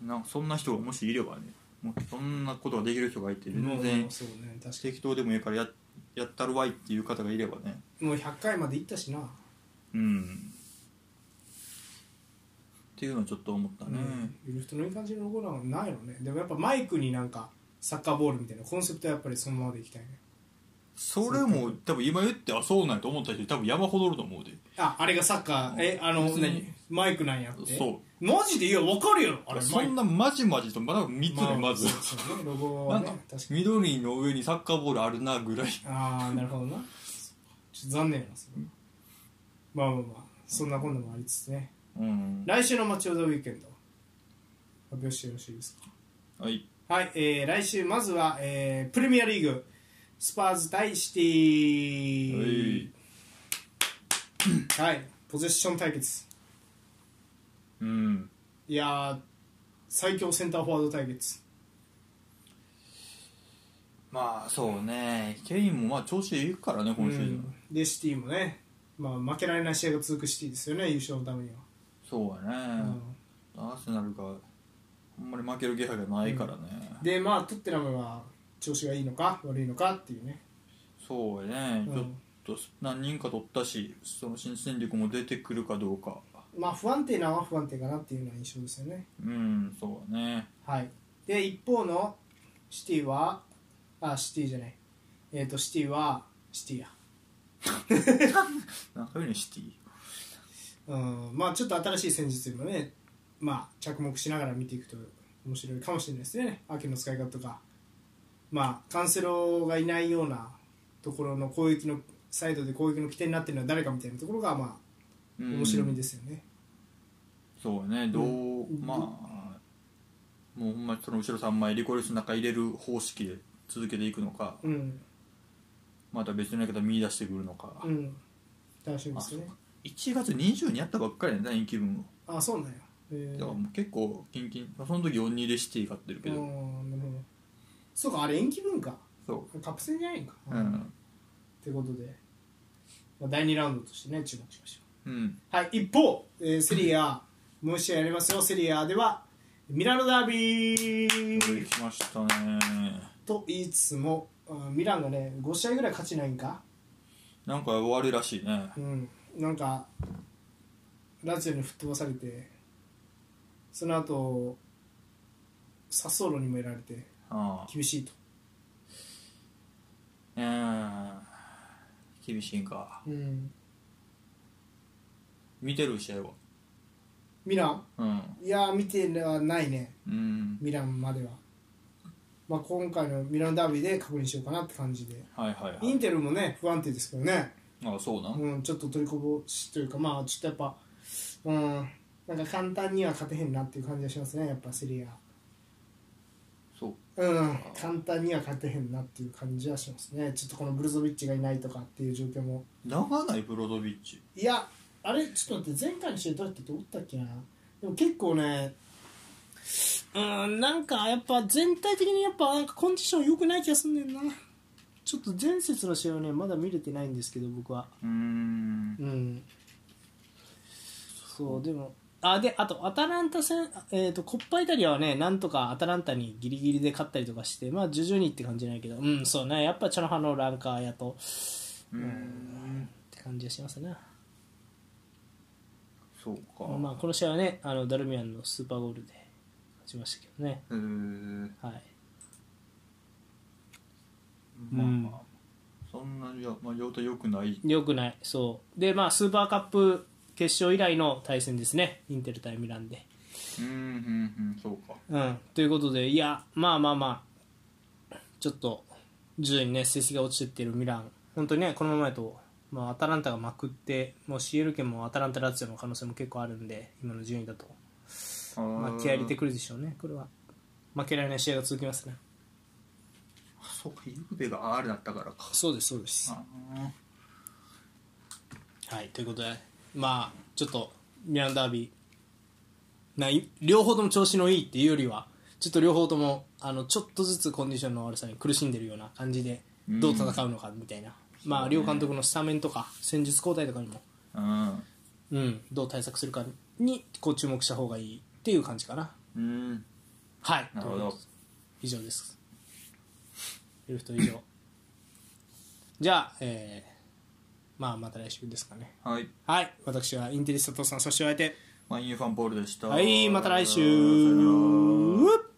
Speaker 2: なんかそんな人がもしいればねもうそんなことができる人がいて全
Speaker 1: う
Speaker 2: 然
Speaker 1: んそうね確か
Speaker 2: 適当でもいいからややったるわいっていう方がいればね
Speaker 1: にもう100回までいったしな
Speaker 2: うんっていうのはちょっと思ったね、
Speaker 1: うん、ゆるふとのいい感じのロゴなんかないのねでもやっぱマイクになんかサッカーボールみたいなコンセプトはやっぱりそのままでいきたいね
Speaker 2: それも多分今言ってあそうなんやと思った人多分山ほどおると思うで
Speaker 1: ああれがサッカーえあの
Speaker 2: 別に
Speaker 1: 何マイクなんやって
Speaker 2: そ
Speaker 1: マジでいや分かるやろあれ
Speaker 2: そ
Speaker 1: マイク
Speaker 2: んなまじまじとまだ見つねまず
Speaker 1: そうそうねロゴ
Speaker 2: な
Speaker 1: は
Speaker 2: ん
Speaker 1: ね
Speaker 2: か
Speaker 1: 確かに
Speaker 2: 緑の上にサッカーボールあるなぐらい
Speaker 1: ああなるほどなちょっと残念やなそれはまあまあまあそんな今度もありつつね
Speaker 2: うん
Speaker 1: 来週の「マチオザウィークエンド」発表してよろしいですか
Speaker 2: はい
Speaker 1: はい、えー来週まずは、えープレミアリーグスパーズ対シティはいポゼッション対決
Speaker 2: うん
Speaker 1: いやー最強センターフォワード対決
Speaker 2: まあそうねケインもまあ調子いいからね今シーズン、
Speaker 1: うんでシティもね、まあ、負けられない試合が続くシティですよね優勝のためには、
Speaker 2: そうや
Speaker 1: う
Speaker 2: ね、
Speaker 1: ん
Speaker 2: アーセナルがあんまり負ける気配がないからね、
Speaker 1: でまあトッテナムは調子がいいのか悪いのかっていうね、
Speaker 2: そうやね、
Speaker 1: うん
Speaker 2: ちょっと何人か取ったしその新戦力も出てくるかどうか
Speaker 1: まあ不安定なのは不安定かなっていうような印象ですよね
Speaker 2: うんそうやね
Speaker 1: はい、で一方のシティはあシティじゃないえっ、とシティはシティや
Speaker 2: なんかよねシティ
Speaker 1: うんまあちょっと新しい戦術にもねまあ着目しながら見ていくと面白いかもしれないですね秋の使い方とかまあカンセロがいないようなところの攻撃のサイドで攻撃の起点になってるのは誰かみたいなところがまあ面白みですすよね、
Speaker 2: そうやねどう、
Speaker 1: ん
Speaker 2: まあもうほんまにその後ろ3枚リコリスの中入れる方式で続けていくのか
Speaker 1: うん
Speaker 2: また別のやり方見出してくるのか、
Speaker 1: うん楽しみですね
Speaker 2: 1月20にやったばっかりやね延期分を
Speaker 1: あそうなんやえ
Speaker 2: だからもう結構キンキンその時4-2でシティ勝ってるけど、
Speaker 1: うんなるほどそうかあれ延期分か
Speaker 2: そ
Speaker 1: カップ戦じゃないんか
Speaker 2: ううん
Speaker 1: ということで、まあ、第2ラウンドとしてね注目しましょ
Speaker 2: うん
Speaker 1: うはい一方、えーセリアもう一試合やりますよセリアではミラノダービ
Speaker 2: これ
Speaker 1: ー
Speaker 2: 来ましたね
Speaker 1: と言いつつも、うんミランがね5試合ぐらい勝ちないんか
Speaker 2: なんか終わるらしいね
Speaker 1: うんなんかラジオに吹っ飛ばされてその後サッソーロにもやられて
Speaker 2: ああ
Speaker 1: 厳しいと
Speaker 2: うん厳しいんか
Speaker 1: うん
Speaker 2: 見てる試合は
Speaker 1: ミラン
Speaker 2: うん
Speaker 1: いやー見てはないね
Speaker 2: うん
Speaker 1: ミランまでは、まあ、今回のミランダービーで確認しようかなって感じで
Speaker 2: はいはいは
Speaker 1: イ
Speaker 2: い
Speaker 1: ンテルもね不安定ですけどね、
Speaker 2: あそうなん
Speaker 1: うん、ちょっと取りこぼしというかまあちょっとやっぱうんなんか簡単には勝てへんなっていう感じがしますねやっぱセリア
Speaker 2: そう
Speaker 1: うん簡単には勝てへんなっていう感じはしますねちょっとこのブルゾビッチがいないとかっていう状況も
Speaker 2: 長ないブロドビッチ
Speaker 1: いやあれちょっと待って前回の試合どうやっておったっけなでも結構ねうんなんかやっぱ全体的にやっぱなんかコンディション良くない気がすんねんなちょっと前節の試合はねまだ見れてないんですけど僕は
Speaker 2: うん
Speaker 1: うんそうでもあであとアタランタ戦、えー、とコッパイタリアはねなんとかアタランタにギリギリで勝ったりとかしてまあ徐々にって感じじゃないけどうんそうねやっぱチャノハのランカーやと
Speaker 2: うん
Speaker 1: って感じがしますね
Speaker 2: そうか
Speaker 1: まあこの試合はねあのダルミアンのスーパーゴールで勝ちましたけどね
Speaker 2: えー
Speaker 1: はい
Speaker 2: まあまあそんなにはまあ状態良くない
Speaker 1: 良くないそうでまあスーパーカップ決勝以来の対戦ですねインテル対ミランで
Speaker 2: うんうんうんそうか
Speaker 1: うん、ということで、いや、まあまあまあ、ちょっと、徐々にね、成績が落ちてってるミラン、本当にね、このままやと、まあ、アタランタがまくって、もう CL 圏もアタランタ、ラツィオの可能性も結構あるんで、今の順位だと、まあ、気合入れてくるでしょうね、これは。負けられない試合が続きますね。
Speaker 2: あそうかゆうべが R だったからか
Speaker 1: そうです、そうです。
Speaker 2: あ
Speaker 1: はい、ということで、まあ、ちょっと、ミランダービー、ない両方とも調子のいいっていうよりは、ちょっと両方とも、あの、ちょっとずつコンディションの悪さに苦しんでるような感じで、
Speaker 2: うん
Speaker 1: どう戦うのかみたいな、まあ、両監督のスタメンとか、戦術交代とかにも、
Speaker 2: ー
Speaker 1: うん、どう対策するかに、こう、注目した方がいいっていう感じかな。
Speaker 2: うんうん
Speaker 1: はい、
Speaker 2: なる
Speaker 1: と
Speaker 2: ほ
Speaker 1: いうこ
Speaker 2: ど
Speaker 1: とで以上です。ルフト以上。じゃあ、えー、まあ、また来週ですかね。
Speaker 2: はい
Speaker 1: はい、私はインテリスタ父さん、そしてお相手。
Speaker 2: マインユーファンポールでした
Speaker 1: はい、また来週。
Speaker 2: さよなら
Speaker 1: うっ